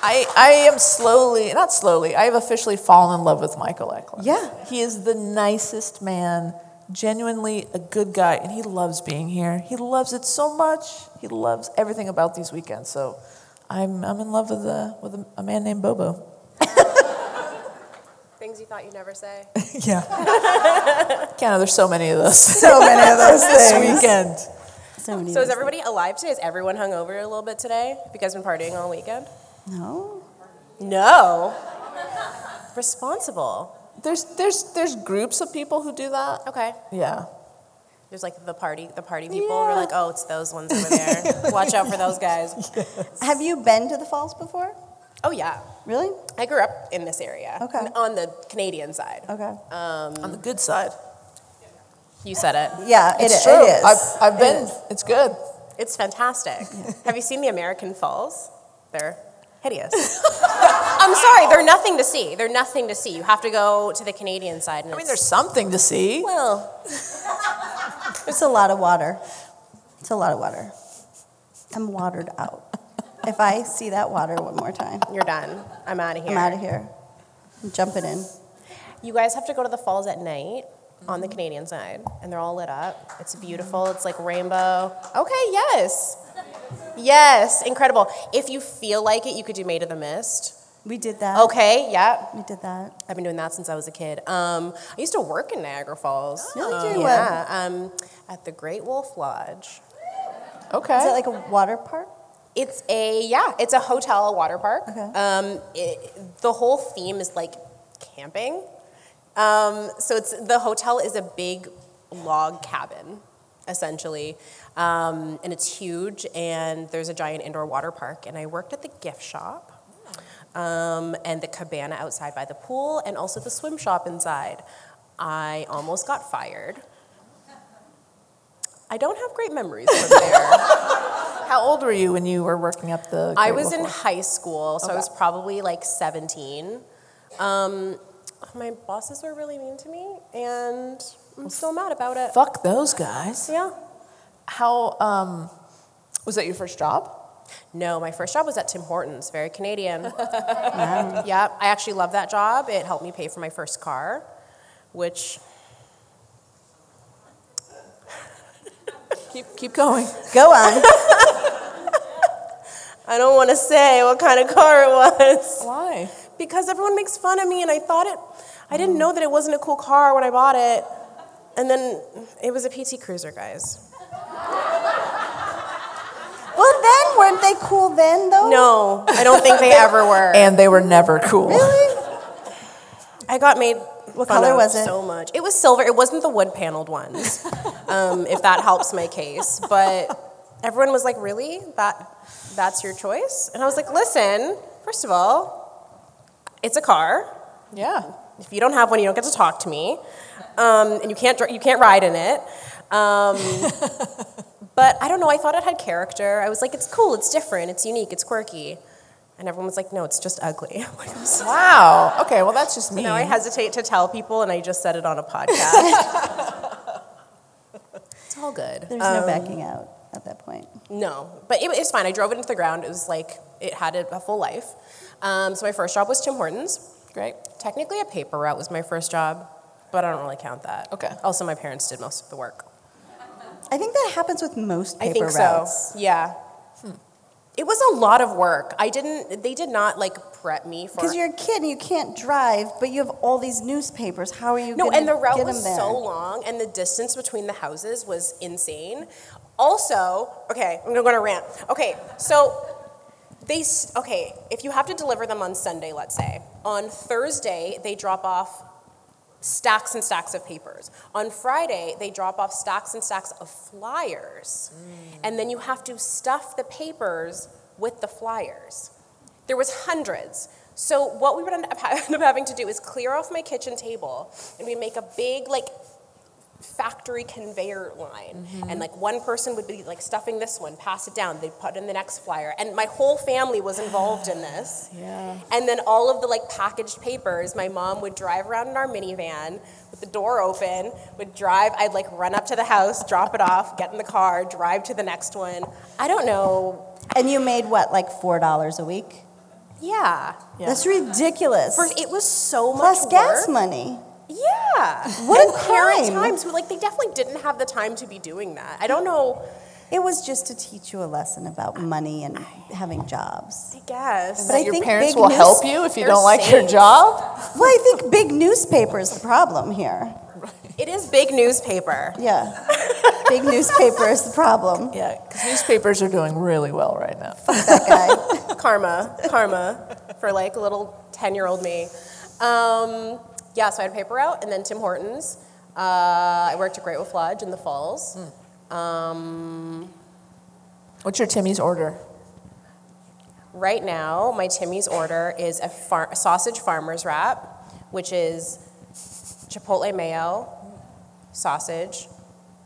[SPEAKER 2] I, I am slowly, not slowly, I have officially fallen in love with Michael Eklund.
[SPEAKER 4] Yeah.
[SPEAKER 2] He is the nicest man, genuinely a good guy, and he loves being here. He loves it so much. He loves everything about these weekends. So I'm, I'm in love with, a, with a, a man named Bobo.
[SPEAKER 3] Things you thought you'd never say.
[SPEAKER 2] yeah. Canada, there's so many of those
[SPEAKER 4] So many of those
[SPEAKER 2] this
[SPEAKER 4] things.
[SPEAKER 2] weekend.
[SPEAKER 3] So
[SPEAKER 4] So many. of
[SPEAKER 3] is
[SPEAKER 4] those-
[SPEAKER 3] everybody alive today? Is everyone hungover a little bit today? Have you guys been partying all weekend?
[SPEAKER 4] No.
[SPEAKER 3] No. Responsible.
[SPEAKER 2] There's, there's, there's groups of people who do that.
[SPEAKER 3] Okay.
[SPEAKER 2] Yeah.
[SPEAKER 3] There's like the party, the party people. We're like, oh, it's those ones over there. Watch out for those guys.
[SPEAKER 4] Have you been to the falls before?
[SPEAKER 3] Oh yeah.
[SPEAKER 4] Really?
[SPEAKER 3] I grew up in this area.
[SPEAKER 4] Okay.
[SPEAKER 3] n- On the Canadian side.
[SPEAKER 4] Okay.
[SPEAKER 2] On the good side.
[SPEAKER 3] You said it.
[SPEAKER 4] yeah, it,
[SPEAKER 2] it's
[SPEAKER 4] it
[SPEAKER 2] true.
[SPEAKER 4] is.
[SPEAKER 2] I've, I've
[SPEAKER 4] It
[SPEAKER 2] been,
[SPEAKER 4] is.
[SPEAKER 2] it's good.
[SPEAKER 3] It's fantastic. Have you seen the American Falls? They're hideous. I'm sorry, they're nothing to see. They're nothing to see. You have to go to the Canadian side. And
[SPEAKER 2] I mean,
[SPEAKER 3] it's-
[SPEAKER 2] there's something to see.
[SPEAKER 3] well,
[SPEAKER 4] It's a lot of water. It's a lot of water. I'm watered out. if I see that water one more time,
[SPEAKER 3] you're done. I'm out of here.
[SPEAKER 4] I'm out of here. I'm jumping in.
[SPEAKER 3] You guys have to go to the falls at night on the
[SPEAKER 2] Mm-hmm.
[SPEAKER 3] Canadian side, and they're all lit up. It's beautiful. It's like rainbow. Okay, yes, yes, incredible. If you feel like it, you could do Made of the Mist.
[SPEAKER 4] We did that.
[SPEAKER 3] Okay, yeah.
[SPEAKER 4] We did that.
[SPEAKER 3] I've been doing that since I was a kid. Um, I used to work in Niagara Falls.
[SPEAKER 4] Really? Do you?
[SPEAKER 3] yeah, um, at the Great Wolf Lodge.
[SPEAKER 2] Okay.
[SPEAKER 4] Is it like a water park?
[SPEAKER 3] It's a yeah, it's a hotel water park.
[SPEAKER 4] Okay.
[SPEAKER 3] Um, it, the whole theme is like camping. Um, so it's the hotel is a big log cabin essentially. Um, and it's huge, and there's a giant indoor water park. And I worked at the gift shop. Um, and the cabana outside by the pool, and also the swim shop inside. I almost got fired. I don't have great memories from there.
[SPEAKER 2] How old were you when you were working up the?
[SPEAKER 3] I
[SPEAKER 2] grade
[SPEAKER 3] was in
[SPEAKER 2] before?
[SPEAKER 3] high school, so I
[SPEAKER 2] Okay.
[SPEAKER 3] was probably like 17. Um, my bosses were really mean to me, and I'm still mad about it.
[SPEAKER 2] Fuck those guys.
[SPEAKER 3] Yeah.
[SPEAKER 2] How um, was that your first job?
[SPEAKER 3] No, my first job was at Tim Hortons, very Canadian. yeah, I actually love that job. It helped me pay for my first car, which
[SPEAKER 2] Keep keep going.
[SPEAKER 4] Go on.
[SPEAKER 3] I don't want to say what kind of car it was.
[SPEAKER 2] Why?
[SPEAKER 3] because everyone makes fun of me and I thought it I didn't know that it wasn't a cool car when I bought it. And then it was a PT Cruiser, guys.
[SPEAKER 4] well, then weren't they cool then though?
[SPEAKER 3] No, I don't think they ever were.
[SPEAKER 2] And they were never cool.
[SPEAKER 4] Really?
[SPEAKER 3] I got made what
[SPEAKER 4] color was it?
[SPEAKER 3] so much. It was silver. It wasn't the wood paneled ones. um, if that helps my case, but everyone was like, "Really? That that's your choice?" And I was like, "Listen, first of all, it's a car.
[SPEAKER 2] Yeah.
[SPEAKER 3] If you don't have one, you don't get to talk to me, um, and you can't dr- you can't ride in it. Um, but I don't know. I thought it had character. I was like, it's cool. It's different. It's unique. It's quirky. And everyone was like, no, it's just ugly. I'm like, I'm so-
[SPEAKER 2] Wow. Oh, Okay. Well, that's just me.
[SPEAKER 3] now I hesitate to tell people, and I just said it on a podcast. it's all good.
[SPEAKER 4] There's no backing out at that point.
[SPEAKER 3] No, but it, it's fine. I drove it into the ground. It was like it had a, a full life. Um, so my first job was Tim Hortons.
[SPEAKER 2] Great.
[SPEAKER 3] Technically, a paper route was my first job, but I don't really count that.
[SPEAKER 2] Okay.
[SPEAKER 3] Also, my parents did most of the work.
[SPEAKER 4] I think that happens with most paper
[SPEAKER 3] I think
[SPEAKER 4] routes.
[SPEAKER 3] so. Yeah. Hmm. It was a lot of work. I didn't. They did not like prep me for.
[SPEAKER 4] Because you're a kid and you can't drive, but you have all these newspapers. How are you
[SPEAKER 3] No,
[SPEAKER 4] gonna
[SPEAKER 3] and the route
[SPEAKER 4] get
[SPEAKER 3] was
[SPEAKER 4] them there?
[SPEAKER 3] so long, and the distance between the houses was insane. Also, okay, I'm gonna go on a rant. Okay, so they s- okay, if you have to deliver them on Sunday, let's say on Thursday they drop off stacks and stacks of papers. On Friday they drop off stacks and stacks of flyers,
[SPEAKER 4] Mm.
[SPEAKER 3] and then you have to stuff the papers with the flyers. There was hundreds. So what we would end up, end up having to do is clear off my kitchen table, and we make a big like factory conveyor line, and like one person would be like stuffing this one, pass it down, they'd put in the next flyer, and my whole family was involved in this.
[SPEAKER 2] Yeah.
[SPEAKER 3] And then all of the like packaged papers, my mom would drive around in our minivan with the door open, would drive, I'd like run up to the house, drop it off, get in the car, drive to the next one. I don't know.
[SPEAKER 4] And you made what, like four dollars a week?
[SPEAKER 3] Yeah.
[SPEAKER 4] That's ridiculous.
[SPEAKER 3] For- It was so
[SPEAKER 4] Plus
[SPEAKER 3] much
[SPEAKER 4] gas
[SPEAKER 3] work.
[SPEAKER 4] money.
[SPEAKER 3] Yeah.
[SPEAKER 4] What
[SPEAKER 3] and parent
[SPEAKER 4] time?
[SPEAKER 3] times who like they definitely didn't have the time to be doing that. I don't know.
[SPEAKER 4] It was just to teach you a lesson about money and having jobs.
[SPEAKER 3] I guess.
[SPEAKER 4] But I
[SPEAKER 2] your
[SPEAKER 4] think
[SPEAKER 2] parents
[SPEAKER 4] big
[SPEAKER 2] will
[SPEAKER 4] news-
[SPEAKER 2] help you if you
[SPEAKER 3] they're
[SPEAKER 2] don't like your
[SPEAKER 3] saints.
[SPEAKER 2] job.
[SPEAKER 4] Well, I think big newspaper is the problem here.
[SPEAKER 3] it is big newspaper.
[SPEAKER 4] Yeah. big newspaper is the problem.
[SPEAKER 2] Yeah, because newspapers are doing really well right now.
[SPEAKER 4] That guy.
[SPEAKER 3] karma, karma for like little 10 year old me. Um, yeah, so I had a paper route and then Tim Hortons. Uh, I worked at Great Wolf Lodge in the falls.
[SPEAKER 4] Hmm.
[SPEAKER 3] Um,
[SPEAKER 2] What's your Timmy's order?
[SPEAKER 3] Right now, my Timmy's order is a, far- a sausage farmer's wrap, which is chipotle mayo, sausage,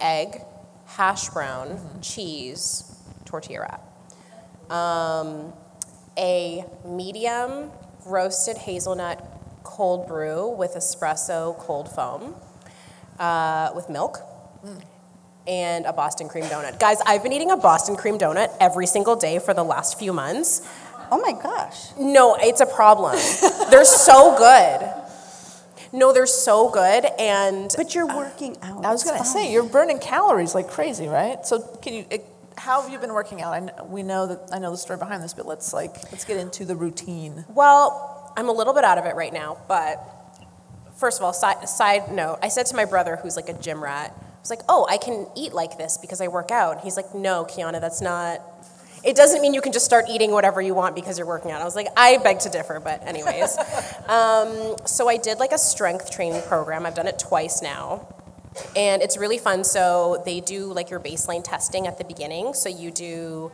[SPEAKER 3] egg, hash brown, cheese, tortilla wrap. Um, a medium roasted hazelnut cold brew with espresso cold foam uh, with milk. And a Boston cream donut. Guys, I've been eating a Boston cream donut every single day for the last few months.
[SPEAKER 4] Oh my gosh.
[SPEAKER 3] No, it's a problem. they're so good. No, they're so good, and
[SPEAKER 4] But you're working out.
[SPEAKER 2] I was
[SPEAKER 4] It's
[SPEAKER 2] gonna
[SPEAKER 4] fine.
[SPEAKER 2] say you're burning calories like crazy, right? So can you? It, how have you been working out? I know, we know that I know the story behind this, but let's like let's get into the routine.
[SPEAKER 3] well, I'm a little bit out of it right now. But first of all, side, side note, I said to my brother, who's like a gym rat, I was like, "Oh, I can eat like this because I work out." And he's like, "No, Kiana, that's not." It doesn't mean you can just start eating whatever you want because you're working out. I was like, I beg to differ, but anyways. um, so I did like a strength training program. I've done it twice now. and it's really fun. So they do like your baseline testing at the beginning. So you do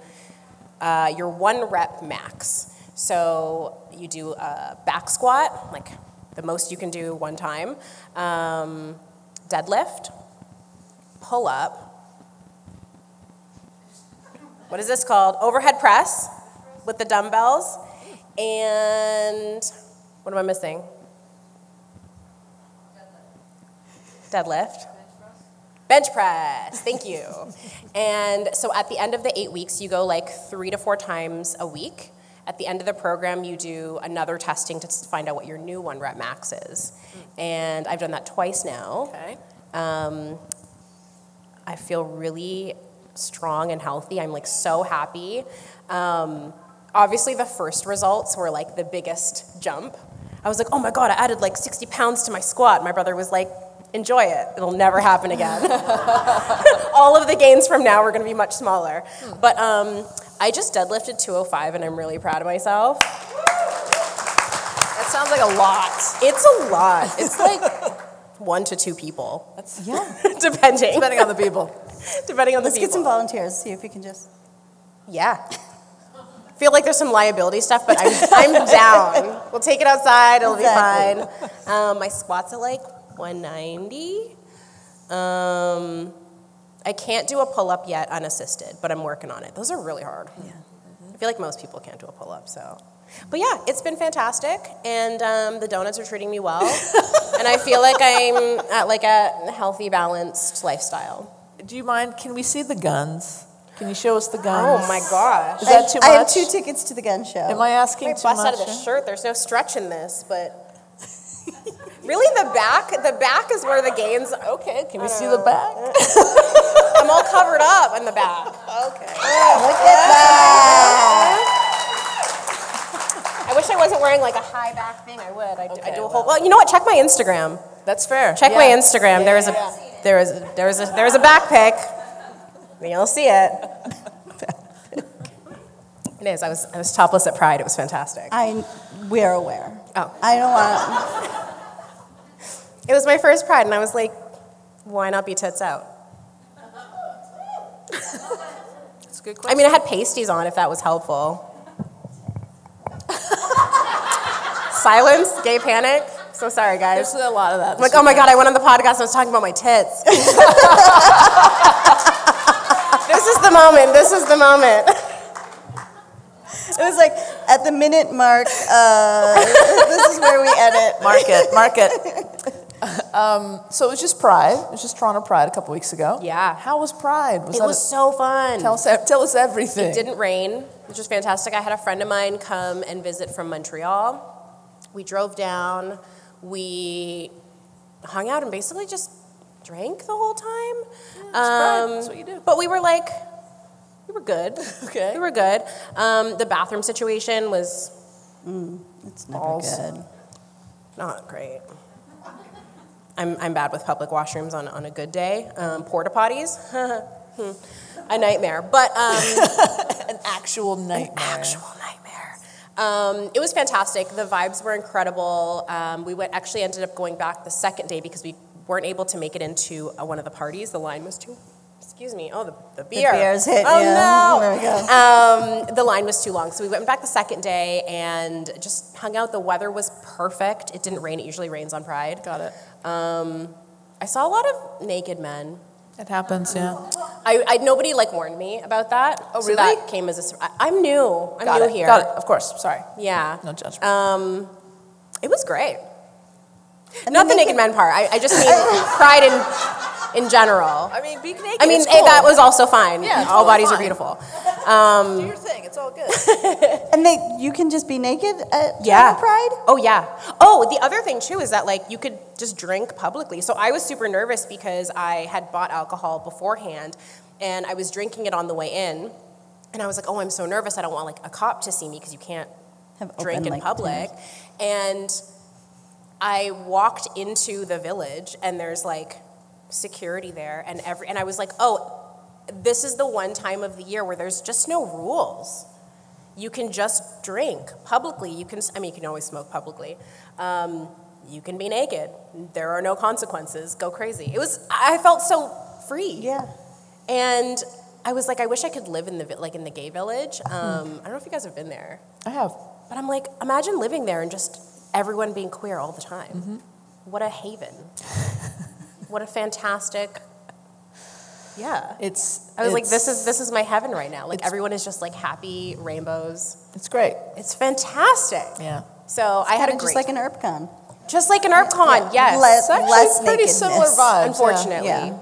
[SPEAKER 3] uh, your one rep max. So you do a back squat, like the most you can do one time, um, deadlift, pull up. What is this called? Overhead press with the dumbbells, and what am I missing? deadlift. Bench press, thank you. and so at the end of the eight weeks, you go like three to four times a week. At the end of the program, you do another testing to s- find out what your new one rep max is. And I've done that twice now.
[SPEAKER 2] Okay.
[SPEAKER 3] Um, I feel really strong and healthy. I'm like so happy. Um, obviously, the first results were like the biggest jump. I was like, oh my God, I added like 60 pounds to my squat. My brother was like, enjoy it. It'll never happen again. All of the gains from now are going to be much smaller.
[SPEAKER 2] Hmm.
[SPEAKER 3] But um, I just deadlifted 205 and I'm really proud of myself.
[SPEAKER 2] That sounds like a lot.
[SPEAKER 3] It's a lot. It's like one to two people,
[SPEAKER 4] Yeah.
[SPEAKER 3] depending.
[SPEAKER 2] Depending on the people.
[SPEAKER 3] Depending on the
[SPEAKER 4] Let's
[SPEAKER 3] people.
[SPEAKER 4] get some volunteers. See if we can just.
[SPEAKER 3] Yeah. Feel like there's some liability stuff, but I'm, I'm down. We'll take it outside. It'll
[SPEAKER 4] Exactly.
[SPEAKER 3] be fine. Um, my squats are like 190. Um, I can't do a pull up yet unassisted, but I'm working on it. Those are really hard. Yeah. I feel like most people can't do a pull up, so. But yeah, it's been fantastic, and um, the donuts are treating me well, and I feel like I'm at like a healthy, balanced lifestyle.
[SPEAKER 2] Do you mind? Can we see the guns? Can you show us the guns?
[SPEAKER 3] Oh my gosh!
[SPEAKER 2] Is that too much?
[SPEAKER 4] I have two tickets to the gun show.
[SPEAKER 2] Am I asking
[SPEAKER 3] I
[SPEAKER 2] too
[SPEAKER 3] bust
[SPEAKER 2] much?
[SPEAKER 3] out of the shirt. There's no stretch in this, but really, the back, the back is where the gains. Okay,
[SPEAKER 2] Can we see the back?
[SPEAKER 3] I'm all covered up in the back.
[SPEAKER 2] Oh,
[SPEAKER 4] Look at that.
[SPEAKER 3] I wish I wasn't wearing like a high back thing. I would. I do, I
[SPEAKER 2] Okay,
[SPEAKER 3] do a whole. Well, you know what? Check my Instagram.
[SPEAKER 2] That's fair.
[SPEAKER 3] Check my
[SPEAKER 2] Yeah.
[SPEAKER 3] Instagram. there is a, there is a, there is a, there is a back pic. You'll see it. it is. I was I was topless at Pride. It was fantastic.
[SPEAKER 4] I, we're aware.
[SPEAKER 3] Oh.
[SPEAKER 4] I don't want.
[SPEAKER 3] It was my first Pride, and I was like, why not be tits out?
[SPEAKER 2] That's a good
[SPEAKER 3] I
[SPEAKER 2] question.
[SPEAKER 3] mean, I had pasties on if that was helpful. Silence, gay panic. So sorry,
[SPEAKER 2] There's
[SPEAKER 3] guys.
[SPEAKER 2] a lot of that.
[SPEAKER 3] I'm like, oh my god, I went on the podcast and I was talking about my tits. this is the moment. This is the moment.
[SPEAKER 4] It was like at the minute mark. Uh, this is where we edit.
[SPEAKER 2] market, market. um, so it was just Pride. It was just Toronto Pride a couple weeks ago.
[SPEAKER 3] Yeah.
[SPEAKER 2] How was Pride? Was
[SPEAKER 3] It
[SPEAKER 2] that
[SPEAKER 3] was
[SPEAKER 2] a-
[SPEAKER 3] so fun.
[SPEAKER 2] tell us tell us everything.
[SPEAKER 3] It didn't rain, which was fantastic. I had a friend of mine come and visit from Montreal. We drove down, we hung out, and basically just drank the whole time. Um,
[SPEAKER 2] Pride. That's what you do.
[SPEAKER 3] But we were like, we were good.
[SPEAKER 2] Okay.
[SPEAKER 3] We were good. Um, the bathroom situation was
[SPEAKER 4] It's never
[SPEAKER 3] Also-
[SPEAKER 4] good.
[SPEAKER 3] not great. I'm, I'm bad with public washrooms on, on a good day. Um, porta potties, hmm, a nightmare. But um,
[SPEAKER 2] an actual nightmare.
[SPEAKER 3] actual nightmare. Um, it was fantastic. The vibes were incredible. Um, we went, actually ended up going back the second day because we weren't able to make it into uh, one of the parties. The line was too. Excuse me. Oh, the, the beer.
[SPEAKER 4] beer's hitting
[SPEAKER 3] oh,
[SPEAKER 4] you.
[SPEAKER 3] no.
[SPEAKER 4] There we go.
[SPEAKER 3] Um, the line was too long, so we went back the second day and just hung out. The weather was perfect. It didn't rain. It usually rains on Pride. um,
[SPEAKER 2] Got it.
[SPEAKER 3] I saw a lot of naked men.
[SPEAKER 2] It happens, yeah.
[SPEAKER 3] I, I nobody like warned me about that.
[SPEAKER 2] Oh,
[SPEAKER 3] so
[SPEAKER 2] really?
[SPEAKER 3] that came as a. surpri- I, am new. I'm
[SPEAKER 2] Got
[SPEAKER 3] new
[SPEAKER 2] it.
[SPEAKER 3] here.
[SPEAKER 2] Got it. Of course. Sorry.
[SPEAKER 3] Yeah.
[SPEAKER 2] No judgment.
[SPEAKER 3] Um, it was great.
[SPEAKER 4] And
[SPEAKER 3] Not the
[SPEAKER 4] then they
[SPEAKER 3] naked men part. I, I just mean pride in in general.
[SPEAKER 2] I mean, be naked.
[SPEAKER 3] I mean,
[SPEAKER 2] it's
[SPEAKER 3] hey,
[SPEAKER 2] cool.
[SPEAKER 3] that was also fine.
[SPEAKER 2] Yeah, it's
[SPEAKER 3] all
[SPEAKER 2] totally
[SPEAKER 3] bodies
[SPEAKER 2] fine.
[SPEAKER 3] are beautiful.
[SPEAKER 2] Do your thing. It's all good.
[SPEAKER 4] can- And they, you can just be naked at
[SPEAKER 3] Yeah.
[SPEAKER 4] Toronto Pride.
[SPEAKER 3] Oh yeah. Oh, the other thing too is that like you could just drink publicly. So I was super nervous because I had bought alcohol beforehand, and I was drinking it on the way in, and I was like, oh, I'm so nervous. I don't want like a cop to see me because you can't
[SPEAKER 4] Have open,
[SPEAKER 3] drink in
[SPEAKER 4] like,
[SPEAKER 3] public, and. I walked into the village and there's like security there and every and I was like, "Oh, this is the one time of the year where there's just no rules. You can just drink publicly. You can s- I mean, you can always smoke publicly. Um, you can be naked. There are no consequences. Go crazy. It was I felt so free.
[SPEAKER 4] Yeah.
[SPEAKER 3] And I was like, I wish I could live in the vi- like in the gay village.
[SPEAKER 4] Mm-hmm.
[SPEAKER 3] Um, I don't know if you guys have been there,
[SPEAKER 2] I have.
[SPEAKER 3] but I'm like, imagine living there and just everyone being queer all the time.
[SPEAKER 4] Mm-hmm.
[SPEAKER 3] What a haven! what a fantastic. Yeah.
[SPEAKER 2] It's.
[SPEAKER 3] I was like,
[SPEAKER 2] it's-
[SPEAKER 3] this is this is my heaven right now. Like
[SPEAKER 2] it's-
[SPEAKER 3] everyone is just like happy rainbows.
[SPEAKER 2] It's great.
[SPEAKER 3] It's fantastic.
[SPEAKER 2] Yeah.
[SPEAKER 3] So I had a great,
[SPEAKER 4] Kinda just like an herb con.
[SPEAKER 3] just like an ErpCon. Yes.
[SPEAKER 4] Let-
[SPEAKER 2] It's actually
[SPEAKER 4] Less
[SPEAKER 2] pretty similar
[SPEAKER 4] nakedness,
[SPEAKER 2] vibes. yeah.
[SPEAKER 3] unfortunately.
[SPEAKER 4] yeah.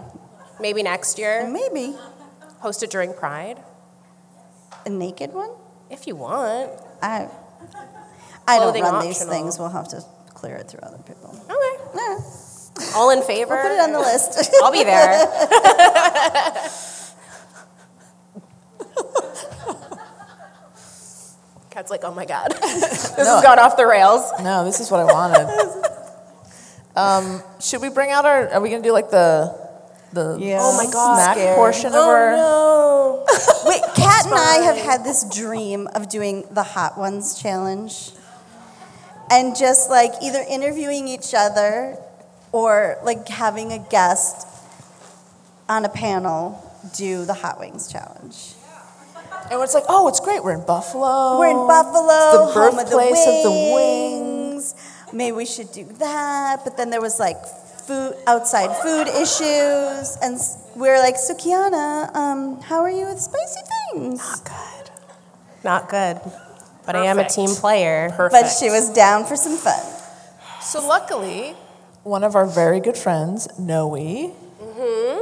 [SPEAKER 3] Maybe next year.
[SPEAKER 4] Maybe
[SPEAKER 3] Host it during Pride.
[SPEAKER 4] a naked one.
[SPEAKER 3] If you want.
[SPEAKER 4] I I don't
[SPEAKER 3] Clothing
[SPEAKER 4] run these
[SPEAKER 3] optional.
[SPEAKER 4] things. We'll have to clear it through other people.
[SPEAKER 3] Okay.
[SPEAKER 4] Nah,
[SPEAKER 3] All in favor?
[SPEAKER 4] we'll put it on the list.
[SPEAKER 3] I'll be there. Cat's like, oh my God. this
[SPEAKER 2] No.
[SPEAKER 3] has gone off the rails.
[SPEAKER 2] No, this is what I wanted. um, should we bring out our? Are we gonna do like the the
[SPEAKER 4] Yeah. Oh my God. Oh,
[SPEAKER 2] snack
[SPEAKER 4] Scary.
[SPEAKER 2] portion of our?
[SPEAKER 3] no.
[SPEAKER 4] Wait, Kat and I have had this dream of doing the Hot Ones challenge. And just like either interviewing each other or like having a guest on a panel do the Hot Wings challenge.
[SPEAKER 2] And it's like, oh, it's great. We're in Buffalo.
[SPEAKER 4] We're in Buffalo,
[SPEAKER 2] Oh, It's the
[SPEAKER 4] home of the
[SPEAKER 2] birthplace
[SPEAKER 4] wings.
[SPEAKER 2] of the
[SPEAKER 4] Maybe we should do that. But then there was like food, outside food issues, and s- we're like, so Kiana, um, how are you with spicy
[SPEAKER 2] Oh,
[SPEAKER 4] things?
[SPEAKER 3] Good. Not good. But I am a
[SPEAKER 2] Perfect.
[SPEAKER 3] team player.
[SPEAKER 2] Perfect.
[SPEAKER 4] But she was down for some fun.
[SPEAKER 2] So luckily, one of our very good friends, Noe,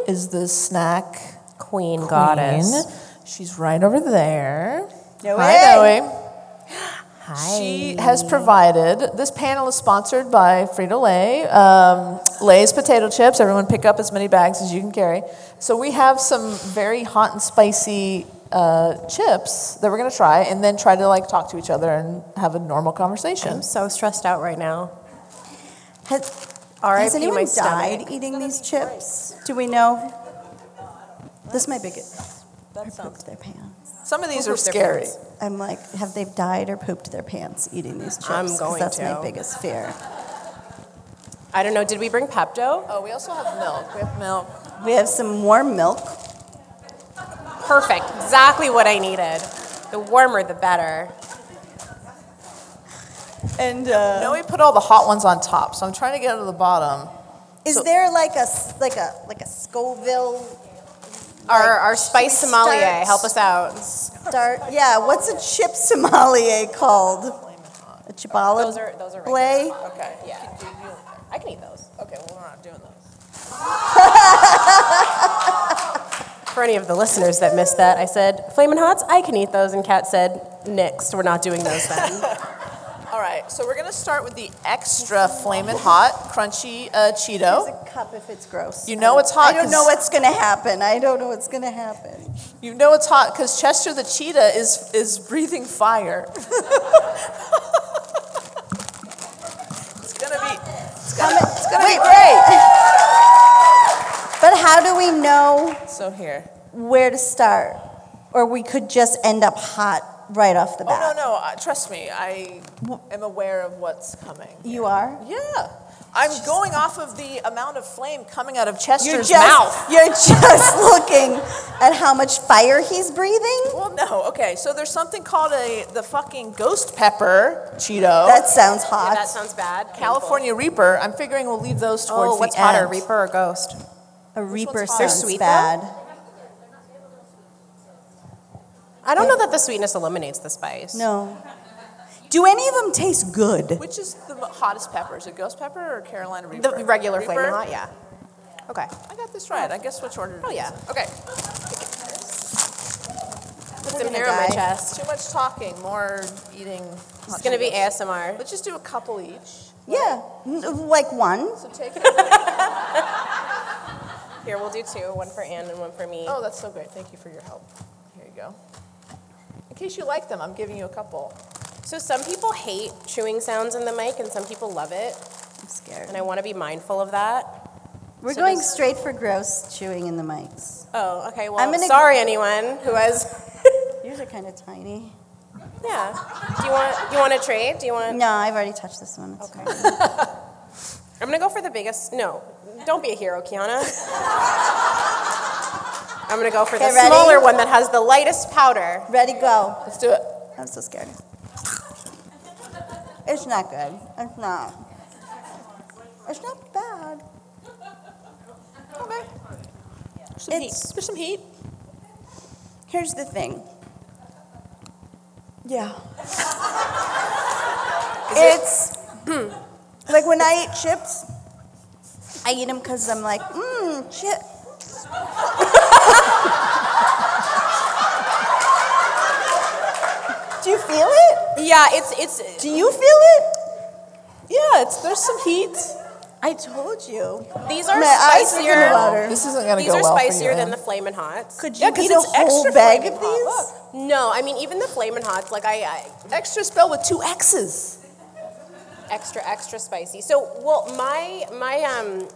[SPEAKER 2] is the snack
[SPEAKER 3] Queen,
[SPEAKER 2] queen.
[SPEAKER 3] goddess.
[SPEAKER 2] She's right over there.
[SPEAKER 4] Noe.
[SPEAKER 2] Hi, Noe.
[SPEAKER 3] Hi.
[SPEAKER 2] She has provided. This panel is sponsored by Frito Lay, um, Lay's potato chips. Everyone, pick up as many bags as you can carry. So we have some very hot and spicy uh, chips that we're gonna try, and then try to like talk to each other and have a normal conversation.
[SPEAKER 3] I'm so stressed out right now.
[SPEAKER 4] Has,
[SPEAKER 3] R.I.P.
[SPEAKER 4] has anyone
[SPEAKER 3] my
[SPEAKER 4] died
[SPEAKER 3] stomach.
[SPEAKER 4] eating these chips? Do we know? This might be good. Or pooped their pants.
[SPEAKER 2] Some of these are
[SPEAKER 3] Different.
[SPEAKER 2] scary.
[SPEAKER 4] I'm like, have they died or pooped their pants eating these chips?
[SPEAKER 3] I'm
[SPEAKER 4] 'Cause
[SPEAKER 3] going
[SPEAKER 4] That's
[SPEAKER 3] to.
[SPEAKER 4] my biggest fear.
[SPEAKER 3] I don't know. Did we bring Pepto?
[SPEAKER 2] Oh, we also have milk. We have milk.
[SPEAKER 4] We have some warm milk.
[SPEAKER 3] Perfect. Exactly what I needed. The warmer, the better.
[SPEAKER 4] And uh,
[SPEAKER 2] No, we put all the hot ones on top, so I'm trying to get to the bottom.
[SPEAKER 4] Is
[SPEAKER 2] So-
[SPEAKER 4] there like a s- like a like a Scoville
[SPEAKER 3] Our,
[SPEAKER 4] Like,
[SPEAKER 3] our spice
[SPEAKER 4] should we start-
[SPEAKER 3] sommelier, help us out.
[SPEAKER 4] dart? Yeah, what's a chip sommelier called? A chipala?
[SPEAKER 3] Those are those are
[SPEAKER 4] Blay?
[SPEAKER 3] Okay. Yeah. I can eat those. Okay. Well, we're not doing those. For any of the listeners that missed that, I said flamin' hots. I can eat those, and Kat said next. We're not doing those then.
[SPEAKER 2] All right, so we're gonna start with the extra flamin' hot crunchy uh, Cheeto.
[SPEAKER 4] There's a cup if it's gross.
[SPEAKER 2] You
[SPEAKER 4] I
[SPEAKER 2] know
[SPEAKER 4] don't-
[SPEAKER 2] it's hot
[SPEAKER 4] I don't
[SPEAKER 2] 'cause-
[SPEAKER 4] know what's gonna happen. I don't know what's gonna happen.
[SPEAKER 2] You know it's hot because Chester the cheetah is is breathing fire. it's gonna be it's gonna, it's gonna be great.
[SPEAKER 4] But how do we know
[SPEAKER 2] So here.
[SPEAKER 4] where to start? Or we could just end up hot right off the
[SPEAKER 2] Oh
[SPEAKER 4] bat.
[SPEAKER 2] no no! Uh, trust me, I am aware of what's coming.
[SPEAKER 4] You are.
[SPEAKER 2] Yeah, I'm going off of the amount of flame coming out of
[SPEAKER 4] You're
[SPEAKER 2] Chester's
[SPEAKER 4] just
[SPEAKER 2] mouth.
[SPEAKER 4] you're just looking at how much fire he's breathing.
[SPEAKER 2] Well, no. Okay, so there's something called a the fucking ghost pepper Cheeto.
[SPEAKER 4] That sounds hot.
[SPEAKER 3] yeah, that sounds bad.
[SPEAKER 2] California Reaper. I'm figuring we'll leave those towards
[SPEAKER 3] Oh, what's
[SPEAKER 2] the end.
[SPEAKER 3] hotter, Reaper or Ghost?
[SPEAKER 4] A reaper
[SPEAKER 2] one's hot?
[SPEAKER 4] sounds
[SPEAKER 3] They're sweet, though?
[SPEAKER 4] bad.
[SPEAKER 3] I don't know that the sweetness eliminates the spice.
[SPEAKER 4] No. Do any of them taste good?
[SPEAKER 2] Which is the mo- hottest pepper? Is it ghost pepper or Carolina Reaper?
[SPEAKER 3] The regular
[SPEAKER 2] Reaper?
[SPEAKER 3] flamin' hot, yeah. Okay.
[SPEAKER 2] I got this right. I guess which order?
[SPEAKER 3] Oh, yeah.
[SPEAKER 2] Okay.
[SPEAKER 3] Put
[SPEAKER 4] We're
[SPEAKER 3] some
[SPEAKER 4] gonna
[SPEAKER 3] hair on my
[SPEAKER 4] die.
[SPEAKER 3] chest.
[SPEAKER 2] Too much talking, more eating.
[SPEAKER 3] It's gonna be ASMR.
[SPEAKER 2] Let's just do a couple each.
[SPEAKER 4] Yeah, N- like one.
[SPEAKER 2] So take it.
[SPEAKER 3] Here, we'll do two. One for Anne and one for me.
[SPEAKER 2] oh, that's so great. Thank you for your help. Here you go. In case you like them, I'm giving you a couple.
[SPEAKER 3] So some people hate chewing sounds in the mic and some people love it.
[SPEAKER 4] I'm scared.
[SPEAKER 3] And I wanna be mindful of that.
[SPEAKER 4] We're
[SPEAKER 3] so
[SPEAKER 4] going
[SPEAKER 3] does-
[SPEAKER 4] straight for gross chewing in the mics.
[SPEAKER 3] Oh, okay. Well,
[SPEAKER 4] I'm
[SPEAKER 3] I'm
[SPEAKER 4] gonna-
[SPEAKER 3] sorry anyone who has
[SPEAKER 4] Yours are kind of tiny.
[SPEAKER 3] Yeah. Do you want you want to trade? Do you want
[SPEAKER 4] Uh, No, I've already touched this one. It's fine.
[SPEAKER 3] I'm gonna go for the biggest. No, don't be a hero, Kiana. I'm gonna go for the
[SPEAKER 4] Okay, ready?
[SPEAKER 3] smaller one that has the lightest powder.
[SPEAKER 4] Ready, go.
[SPEAKER 2] Let's do it.
[SPEAKER 4] I'm so scared. It's not good. It's not. It's not bad.
[SPEAKER 3] Okay.
[SPEAKER 2] Some heat.
[SPEAKER 4] It's-
[SPEAKER 2] There's some heat.
[SPEAKER 4] Here's the thing. Yeah. it's like when I eat chips, I eat them because I'm like, mmm, chip. Do you feel it?
[SPEAKER 3] Yeah, it's it's
[SPEAKER 4] Do you feel it?
[SPEAKER 2] Yeah, it's, there's some heat.
[SPEAKER 4] I told you.
[SPEAKER 3] these are
[SPEAKER 4] My eyes are
[SPEAKER 3] spicier.
[SPEAKER 4] getting water.
[SPEAKER 2] This isn't going to
[SPEAKER 3] These
[SPEAKER 2] go
[SPEAKER 3] are
[SPEAKER 2] well for you,
[SPEAKER 3] spicier than
[SPEAKER 2] Ann.
[SPEAKER 3] the Flamin' Hots.
[SPEAKER 4] Could you
[SPEAKER 2] Yeah, 'cause
[SPEAKER 4] eat a
[SPEAKER 2] it's
[SPEAKER 4] whole
[SPEAKER 2] extra
[SPEAKER 4] bag
[SPEAKER 2] flaming
[SPEAKER 4] of
[SPEAKER 2] hot.
[SPEAKER 4] these?
[SPEAKER 2] Look.
[SPEAKER 3] No, I mean even the Flamin' Hots. Like I, I
[SPEAKER 2] Extra spell with two X's.
[SPEAKER 3] extra extra spicy. So, well, my my um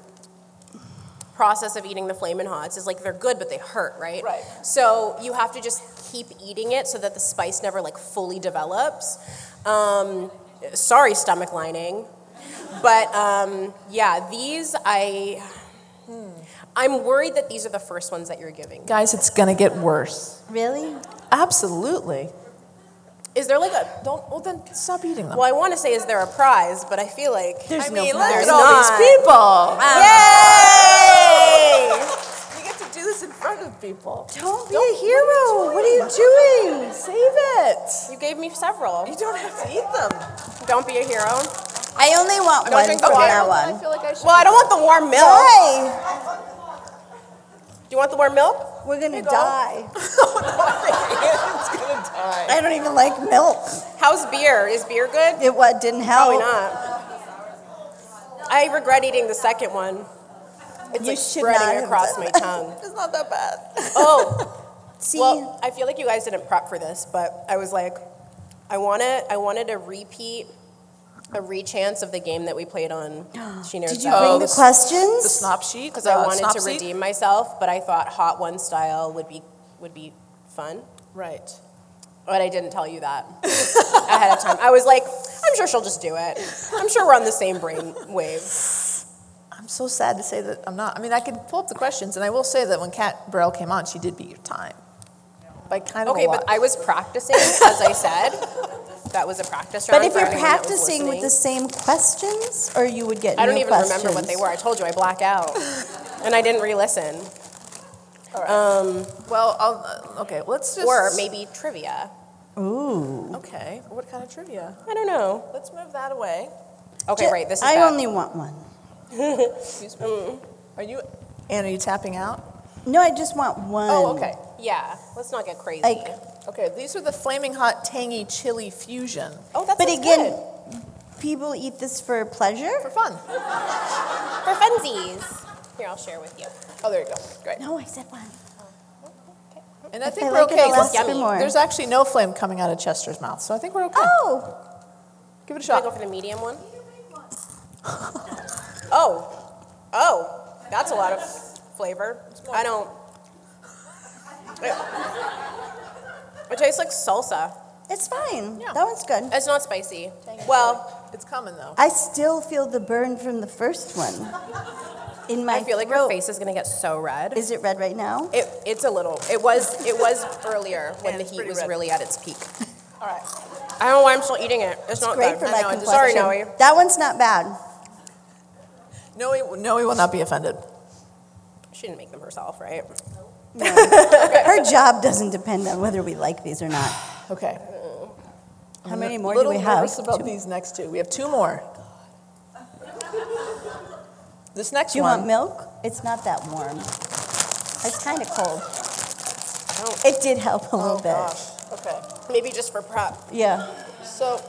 [SPEAKER 3] process of eating the flamin' hots is like they're good but they hurt, right?
[SPEAKER 2] Right.
[SPEAKER 3] So you have to just keep eating it so that the spice never like fully develops. Um, sorry, stomach lining, but um, yeah, these I. I'm worried that these are the first ones that you're giving.
[SPEAKER 2] Guys, it's going to get worse.
[SPEAKER 4] Really?
[SPEAKER 2] Absolutely.
[SPEAKER 3] Is there like a
[SPEAKER 2] Don't, well, then stop eating them.
[SPEAKER 3] well? I want to say is there a prize, but I feel like
[SPEAKER 4] There's
[SPEAKER 2] I
[SPEAKER 4] no
[SPEAKER 2] mean,
[SPEAKER 4] prize.
[SPEAKER 2] look at
[SPEAKER 3] There's
[SPEAKER 2] all
[SPEAKER 3] not.
[SPEAKER 2] these people.
[SPEAKER 3] yay!
[SPEAKER 2] You get to do this in front of people.
[SPEAKER 4] Don't be a hero. What are you doing?
[SPEAKER 2] Save it.
[SPEAKER 3] You gave me several.
[SPEAKER 2] You don't have to eat them.
[SPEAKER 3] Don't be a hero.
[SPEAKER 4] I only want
[SPEAKER 3] I
[SPEAKER 4] one
[SPEAKER 3] drink
[SPEAKER 4] from
[SPEAKER 3] the water.
[SPEAKER 4] now
[SPEAKER 2] I
[SPEAKER 4] on.
[SPEAKER 2] feel like I should.
[SPEAKER 3] Well, I don't want the warm milk.
[SPEAKER 4] Why?
[SPEAKER 3] Do you want the warm milk?
[SPEAKER 4] We're gonna
[SPEAKER 3] go. Oh,
[SPEAKER 4] die.
[SPEAKER 2] it's gonna die.
[SPEAKER 4] I don't even like milk.
[SPEAKER 3] How's beer? Is beer good?
[SPEAKER 4] It what didn't help.
[SPEAKER 3] Probably not. I regret eating the second one. It's
[SPEAKER 4] You
[SPEAKER 3] like
[SPEAKER 4] should
[SPEAKER 3] spreading
[SPEAKER 4] not have
[SPEAKER 3] across
[SPEAKER 4] done
[SPEAKER 3] my
[SPEAKER 4] that.
[SPEAKER 3] tongue.
[SPEAKER 4] It's not that bad.
[SPEAKER 3] Oh,
[SPEAKER 4] See,
[SPEAKER 3] well, I feel like you guys didn't prep for this, but I was like, I want to. I wanted a repeat, a rechance of the game that we played on. She knows
[SPEAKER 4] did you
[SPEAKER 3] That.
[SPEAKER 4] bring
[SPEAKER 2] Oh,
[SPEAKER 4] the
[SPEAKER 2] the-
[SPEAKER 4] questions?
[SPEAKER 2] The snop sheet.
[SPEAKER 3] because I
[SPEAKER 2] uh,
[SPEAKER 3] wanted
[SPEAKER 2] snop
[SPEAKER 3] to
[SPEAKER 2] seat.
[SPEAKER 3] redeem myself, but I thought hot one style would be would be fun.
[SPEAKER 2] Right.
[SPEAKER 3] But I didn't tell you that ahead of time. I was like, I'm sure she'll just do it. I'm sure we're on the same brain wave.
[SPEAKER 2] I'm so sad to say that I'm not. I mean, I could pull up the questions, and I will say that when Kat Burrell came on, she did beat your time by kind of
[SPEAKER 3] Okay,
[SPEAKER 2] a lot.
[SPEAKER 3] but I was practicing, as I said. That was a practice round.
[SPEAKER 4] but if
[SPEAKER 3] for
[SPEAKER 4] you're
[SPEAKER 3] anyone that was
[SPEAKER 4] practicing with the
[SPEAKER 3] listening.
[SPEAKER 4] same questions, or you would get
[SPEAKER 3] I don't
[SPEAKER 4] new
[SPEAKER 3] even remember what they
[SPEAKER 4] questions.
[SPEAKER 3] were. I told you I black out, and I didn't re-listen. Um,
[SPEAKER 2] well, I'll, uh, okay, let's just
[SPEAKER 3] Or maybe trivia.
[SPEAKER 4] Ooh.
[SPEAKER 2] Okay, what kind of trivia?
[SPEAKER 3] I don't know.
[SPEAKER 2] Let's move that away.
[SPEAKER 3] Okay,
[SPEAKER 4] Ju-
[SPEAKER 3] right. This is
[SPEAKER 4] I
[SPEAKER 3] bad.
[SPEAKER 4] only want one.
[SPEAKER 2] Excuse me. Are you? Anne, are you tapping out?
[SPEAKER 4] No, I just want one.
[SPEAKER 2] Oh, okay.
[SPEAKER 3] Yeah, let's not get crazy.
[SPEAKER 4] Like,
[SPEAKER 2] Okay, these are the flaming hot tangy chili fusion
[SPEAKER 3] oh, that's
[SPEAKER 4] but again, people eat this for
[SPEAKER 2] for
[SPEAKER 4] pleasure.
[SPEAKER 2] fun.
[SPEAKER 3] for funsies. Here, I'll share with you.
[SPEAKER 2] Oh, there you go. Great.
[SPEAKER 4] No, I said one.
[SPEAKER 2] And I
[SPEAKER 4] If
[SPEAKER 2] think
[SPEAKER 4] I
[SPEAKER 2] we're
[SPEAKER 4] like it,
[SPEAKER 2] okay.
[SPEAKER 4] I'll
[SPEAKER 2] 'cause
[SPEAKER 4] ask you more.
[SPEAKER 2] There's actually no flame coming out of Chester's mouth, so I think we're okay.
[SPEAKER 4] Oh,
[SPEAKER 2] Give it a
[SPEAKER 3] Should I
[SPEAKER 2] shot.
[SPEAKER 3] go for the medium one? oh, oh, that's a lot of flavor. I don't. It, it tastes like salsa.
[SPEAKER 4] it's fine.
[SPEAKER 2] Yeah.
[SPEAKER 4] That one's good.
[SPEAKER 3] It's not spicy. Well,
[SPEAKER 2] It's coming though.
[SPEAKER 4] I still feel the burn from the first one in my
[SPEAKER 3] I feel like
[SPEAKER 4] throat.
[SPEAKER 3] your face is gonna get so red.
[SPEAKER 4] Is it red right now?
[SPEAKER 3] It, it's a little. It was. It was earlier when
[SPEAKER 2] Yeah,
[SPEAKER 3] the
[SPEAKER 2] it's
[SPEAKER 3] heat
[SPEAKER 2] pretty
[SPEAKER 3] was
[SPEAKER 2] red.
[SPEAKER 3] really at its peak.
[SPEAKER 2] All right.
[SPEAKER 3] I don't know why I'm still eating it. It's, not
[SPEAKER 4] Great
[SPEAKER 3] good.
[SPEAKER 4] for
[SPEAKER 3] I
[SPEAKER 4] my
[SPEAKER 3] know, I'm
[SPEAKER 4] complexion.
[SPEAKER 3] Sorry, Noe.
[SPEAKER 4] That one's not bad.
[SPEAKER 2] No, he, no, he will not be offended.
[SPEAKER 3] She didn't make them herself, right?
[SPEAKER 4] Her job doesn't depend on whether we like these or not.
[SPEAKER 2] Okay.
[SPEAKER 4] How many
[SPEAKER 2] I'm
[SPEAKER 4] more do
[SPEAKER 2] little
[SPEAKER 4] we have?
[SPEAKER 2] nervous about these next two. We have two more. This next
[SPEAKER 4] Do you
[SPEAKER 2] one.
[SPEAKER 4] want milk? It's not that warm. It's kind of cold. It did help a
[SPEAKER 2] oh
[SPEAKER 4] little bit.
[SPEAKER 2] gosh. Okay.
[SPEAKER 3] Maybe just for prep.
[SPEAKER 4] Yeah.
[SPEAKER 2] So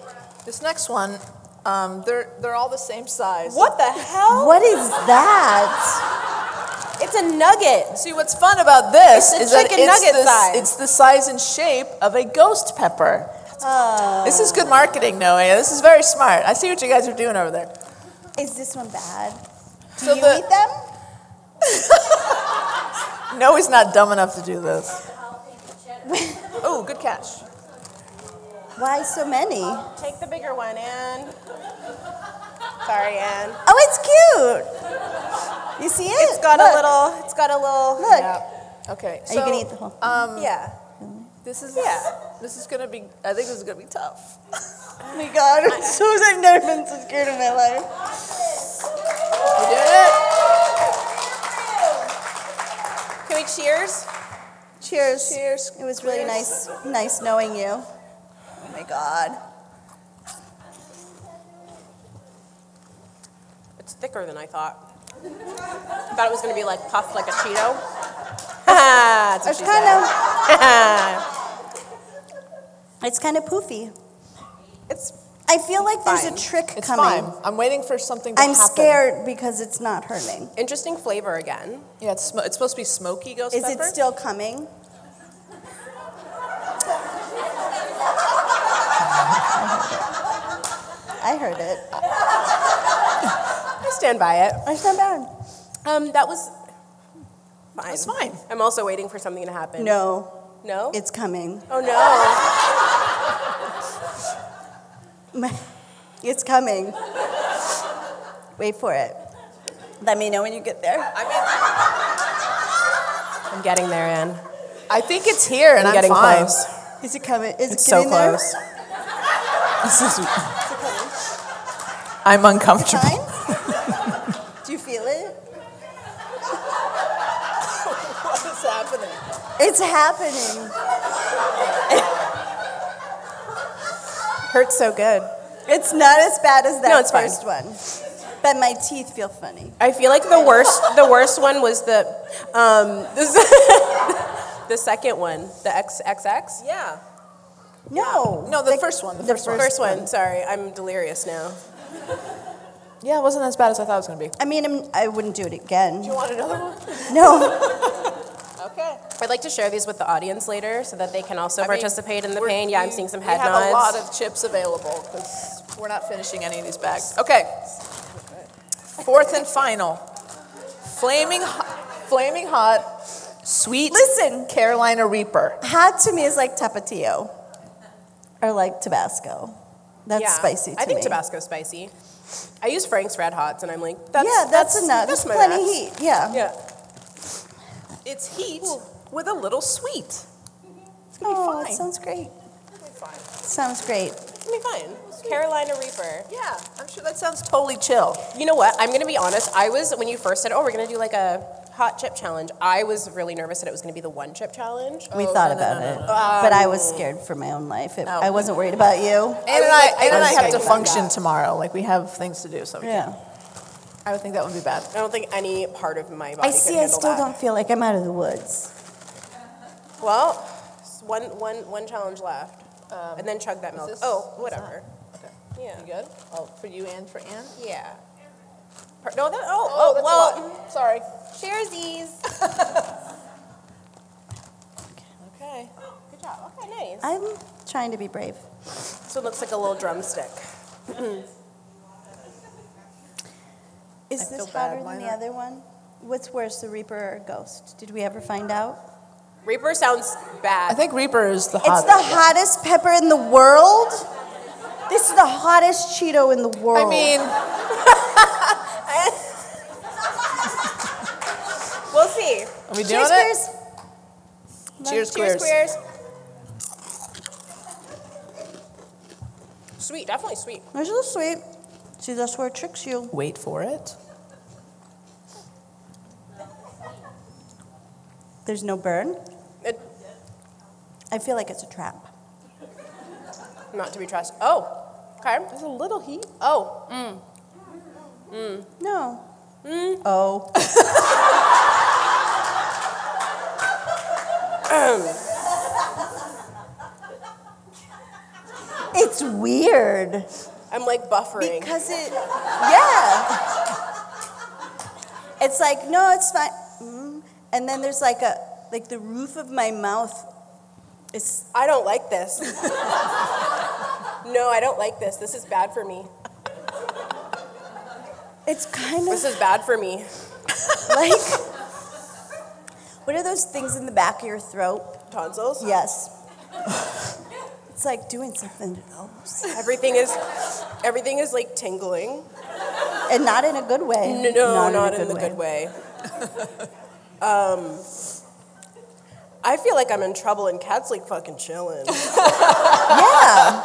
[SPEAKER 2] this next one, um, they're they're all the same size.
[SPEAKER 3] What the hell?
[SPEAKER 4] What is that?
[SPEAKER 3] It's a nugget.
[SPEAKER 2] See, what's fun about this
[SPEAKER 3] It's a
[SPEAKER 2] is that
[SPEAKER 3] chicken
[SPEAKER 2] it's
[SPEAKER 3] nugget
[SPEAKER 2] the,
[SPEAKER 3] size.
[SPEAKER 2] it's the size and shape of a ghost pepper.
[SPEAKER 4] Uh,
[SPEAKER 2] This is good marketing, Noe. This is very smart. I see what you guys are doing over there.
[SPEAKER 4] is this one bad? Do
[SPEAKER 2] So
[SPEAKER 4] you
[SPEAKER 2] the-
[SPEAKER 4] eat them?
[SPEAKER 2] Noe's not dumb enough to do this. oh, good catch.
[SPEAKER 4] Why so many? Oh,
[SPEAKER 3] Take the bigger one, Anne. Sorry, Anne.
[SPEAKER 4] Oh, it's cute. You see it?
[SPEAKER 3] It's got
[SPEAKER 4] Look.
[SPEAKER 3] a little. It's got a little.
[SPEAKER 4] Look.
[SPEAKER 2] Okay.
[SPEAKER 4] Are you gonna
[SPEAKER 2] so,
[SPEAKER 4] eat the whole?
[SPEAKER 2] Um,
[SPEAKER 3] Yeah.
[SPEAKER 2] This is
[SPEAKER 3] Yeah.
[SPEAKER 2] This is gonna be. I think this is gonna be tough.
[SPEAKER 4] oh my god! I'm so excited. I've never been so scared in my life.
[SPEAKER 2] You did it.
[SPEAKER 3] Can we cheers?
[SPEAKER 4] Cheers. Cheers. It was really nice, nice knowing you. Oh my god.
[SPEAKER 3] It's thicker than I thought. I thought it was gonna be like puffed like a Cheeto. That's what
[SPEAKER 4] It's
[SPEAKER 3] she
[SPEAKER 4] kind
[SPEAKER 3] said.
[SPEAKER 4] of. It's kind of poofy.
[SPEAKER 3] It's
[SPEAKER 4] I feel like there's
[SPEAKER 3] Fine.
[SPEAKER 4] a trick
[SPEAKER 2] It's
[SPEAKER 4] coming.
[SPEAKER 2] fine. I'm waiting for something to
[SPEAKER 4] I'm
[SPEAKER 2] happen.
[SPEAKER 4] scared because it's not hurting.
[SPEAKER 3] interesting flavor again.
[SPEAKER 2] Yeah, it's, sm- it's supposed to be smoky ghost
[SPEAKER 4] Is
[SPEAKER 2] pepper.
[SPEAKER 4] it still coming? I heard it.
[SPEAKER 3] I stand by it.
[SPEAKER 4] It's not bad.
[SPEAKER 3] Um, that was fine.
[SPEAKER 2] It's fine.
[SPEAKER 3] I'm also waiting for something to happen.
[SPEAKER 4] No,
[SPEAKER 3] No.
[SPEAKER 4] it's coming.
[SPEAKER 3] oh no.
[SPEAKER 4] It's coming. Wait for it. Let me know when you get there.
[SPEAKER 3] I'm getting there, Anne.
[SPEAKER 2] I think it's here, and
[SPEAKER 3] I'm
[SPEAKER 2] I'm
[SPEAKER 3] getting
[SPEAKER 2] fine.
[SPEAKER 3] close.
[SPEAKER 4] Is it coming? Is
[SPEAKER 3] It's
[SPEAKER 4] it
[SPEAKER 3] so
[SPEAKER 4] getting there?
[SPEAKER 3] close.
[SPEAKER 2] This is. I'm uncomfortable.
[SPEAKER 4] Fine? Do you feel it?
[SPEAKER 2] What is happening?
[SPEAKER 4] It's happening.
[SPEAKER 3] Hurts so good.
[SPEAKER 4] It's not as bad as that
[SPEAKER 3] No, it's fine.
[SPEAKER 4] first one. But my teeth feel funny.
[SPEAKER 3] I feel like the worst the worst one was the um this, the second one, the XX.
[SPEAKER 2] Yeah.
[SPEAKER 4] No.
[SPEAKER 2] No, the first one, the first one.
[SPEAKER 3] First one, sorry, I'm delirious now.
[SPEAKER 2] Yeah, it wasn't as bad as I thought it was gonna be.
[SPEAKER 4] I mean, I'm, I wouldn't do it again.
[SPEAKER 2] You want another one?
[SPEAKER 4] No.
[SPEAKER 2] Okay.
[SPEAKER 3] I'd like to share these with the audience later so that they can also
[SPEAKER 2] I mean,
[SPEAKER 3] participate in the
[SPEAKER 2] we're-
[SPEAKER 3] pain. Yeah, I'm
[SPEAKER 2] we-
[SPEAKER 3] seeing some
[SPEAKER 2] we
[SPEAKER 3] head
[SPEAKER 2] have
[SPEAKER 3] nods.
[SPEAKER 2] a lot of chips available because we're not finishing any of these bags. Okay. Fourth and final. Flaming, ho- flaming hot, sweet.
[SPEAKER 4] Listen.
[SPEAKER 2] Carolina Reaper.
[SPEAKER 4] Hot to me is like tapatio or like Tabasco. That's
[SPEAKER 3] Yeah.
[SPEAKER 4] spicy to
[SPEAKER 3] I think
[SPEAKER 4] me.
[SPEAKER 3] Tabasco's spicy. I use Frank's Red Hots, and I'm like, that's
[SPEAKER 4] yeah, that's, enough.
[SPEAKER 3] That's
[SPEAKER 4] That's
[SPEAKER 3] my
[SPEAKER 4] plenty
[SPEAKER 3] max.
[SPEAKER 4] heat. Yeah.
[SPEAKER 3] Yeah,
[SPEAKER 2] Oh. It's heat with a little sweet.
[SPEAKER 4] It's
[SPEAKER 2] gonna be
[SPEAKER 4] oh,
[SPEAKER 2] fine.
[SPEAKER 4] It sounds great.
[SPEAKER 2] It's fine.
[SPEAKER 4] Sounds great.
[SPEAKER 3] it'll be fine. Carolina Reaper.
[SPEAKER 2] Yeah, I'm sure that sounds totally chill.
[SPEAKER 3] You know what? I'm gonna be honest. I was when you first said, "Oh, we're gonna do like a hot chip challenge." I was really nervous that it was gonna be the one chip challenge.
[SPEAKER 4] We
[SPEAKER 2] Oh,
[SPEAKER 4] thought
[SPEAKER 2] no, no,
[SPEAKER 4] about
[SPEAKER 2] no,
[SPEAKER 4] it, but I was scared for my own life. It,
[SPEAKER 2] Oh.
[SPEAKER 4] I wasn't worried about you.
[SPEAKER 2] Anne and
[SPEAKER 3] was
[SPEAKER 2] I,
[SPEAKER 3] like,
[SPEAKER 2] Anne and I
[SPEAKER 3] I'm
[SPEAKER 2] have
[SPEAKER 3] excited
[SPEAKER 2] to
[SPEAKER 3] about
[SPEAKER 2] function
[SPEAKER 3] that.
[SPEAKER 2] tomorrow. Like we have things to do, so we
[SPEAKER 4] Yeah.
[SPEAKER 2] can't. I would think that would be bad.
[SPEAKER 3] I don't think any part of my body.
[SPEAKER 4] I
[SPEAKER 3] could
[SPEAKER 4] see. I
[SPEAKER 3] handle
[SPEAKER 4] still
[SPEAKER 3] that.
[SPEAKER 4] don't feel like I'm out of the woods.
[SPEAKER 3] Well, it's one, one, one challenge left, and then chug that milk.
[SPEAKER 2] this-
[SPEAKER 3] oh, whatever.
[SPEAKER 2] You good? Oh, for you and for Anne.
[SPEAKER 3] Yeah. Per- no, that. Oh,
[SPEAKER 2] Oh,
[SPEAKER 3] oh,
[SPEAKER 2] that's a
[SPEAKER 3] well.
[SPEAKER 2] lot. Sorry.
[SPEAKER 3] Cheersies.
[SPEAKER 2] Okay.
[SPEAKER 3] Good job. Okay, nice.
[SPEAKER 4] I'm trying to be brave.
[SPEAKER 3] This one looks like a little drumstick.
[SPEAKER 4] Is
[SPEAKER 2] feel
[SPEAKER 4] this
[SPEAKER 2] bad.
[SPEAKER 4] hotter
[SPEAKER 2] Why
[SPEAKER 4] than the
[SPEAKER 2] not?
[SPEAKER 4] other one? What's worse, the Reaper or Ghost? Did we ever find out?
[SPEAKER 3] Reaper sounds
[SPEAKER 2] I
[SPEAKER 3] bad.
[SPEAKER 2] think Reaper is the
[SPEAKER 4] It's
[SPEAKER 2] hottest.
[SPEAKER 4] the hottest pepper in the world. This is the hottest Cheeto in the world.
[SPEAKER 2] I mean,
[SPEAKER 3] we'll see.
[SPEAKER 2] are we doing
[SPEAKER 4] cheers,
[SPEAKER 2] it?
[SPEAKER 4] queers.
[SPEAKER 3] Cheers,
[SPEAKER 2] Cheers, queers.
[SPEAKER 3] queers. Sweet, definitely sweet.
[SPEAKER 4] There's a little sweet. See, that's where it tricks you.
[SPEAKER 2] Wait for it.
[SPEAKER 4] There's no burn.
[SPEAKER 3] It,
[SPEAKER 4] I feel like it's a trap.
[SPEAKER 3] not to be trusted. Oh, okay. There's a little heat. Oh,
[SPEAKER 4] No. Oh. it's weird
[SPEAKER 3] I'm like buffering.
[SPEAKER 4] because it, yeah. It's like no, it's fine. Mm. And then there's like a like the roof of my mouth is
[SPEAKER 3] I don't like this. no, I don't like this. This is bad for me.
[SPEAKER 4] it's kind of
[SPEAKER 3] This is bad for me.
[SPEAKER 4] like what are those things in the back of your throat?
[SPEAKER 3] Tonsils.
[SPEAKER 4] Yes. it's like doing something to those.
[SPEAKER 3] Everything is, everything is like tingling.
[SPEAKER 4] and not in a good way.
[SPEAKER 3] No, no, not, in, the
[SPEAKER 4] way.
[SPEAKER 3] good way. um, I feel like I'm in trouble, and Cat's like fucking chilling.
[SPEAKER 4] Yeah,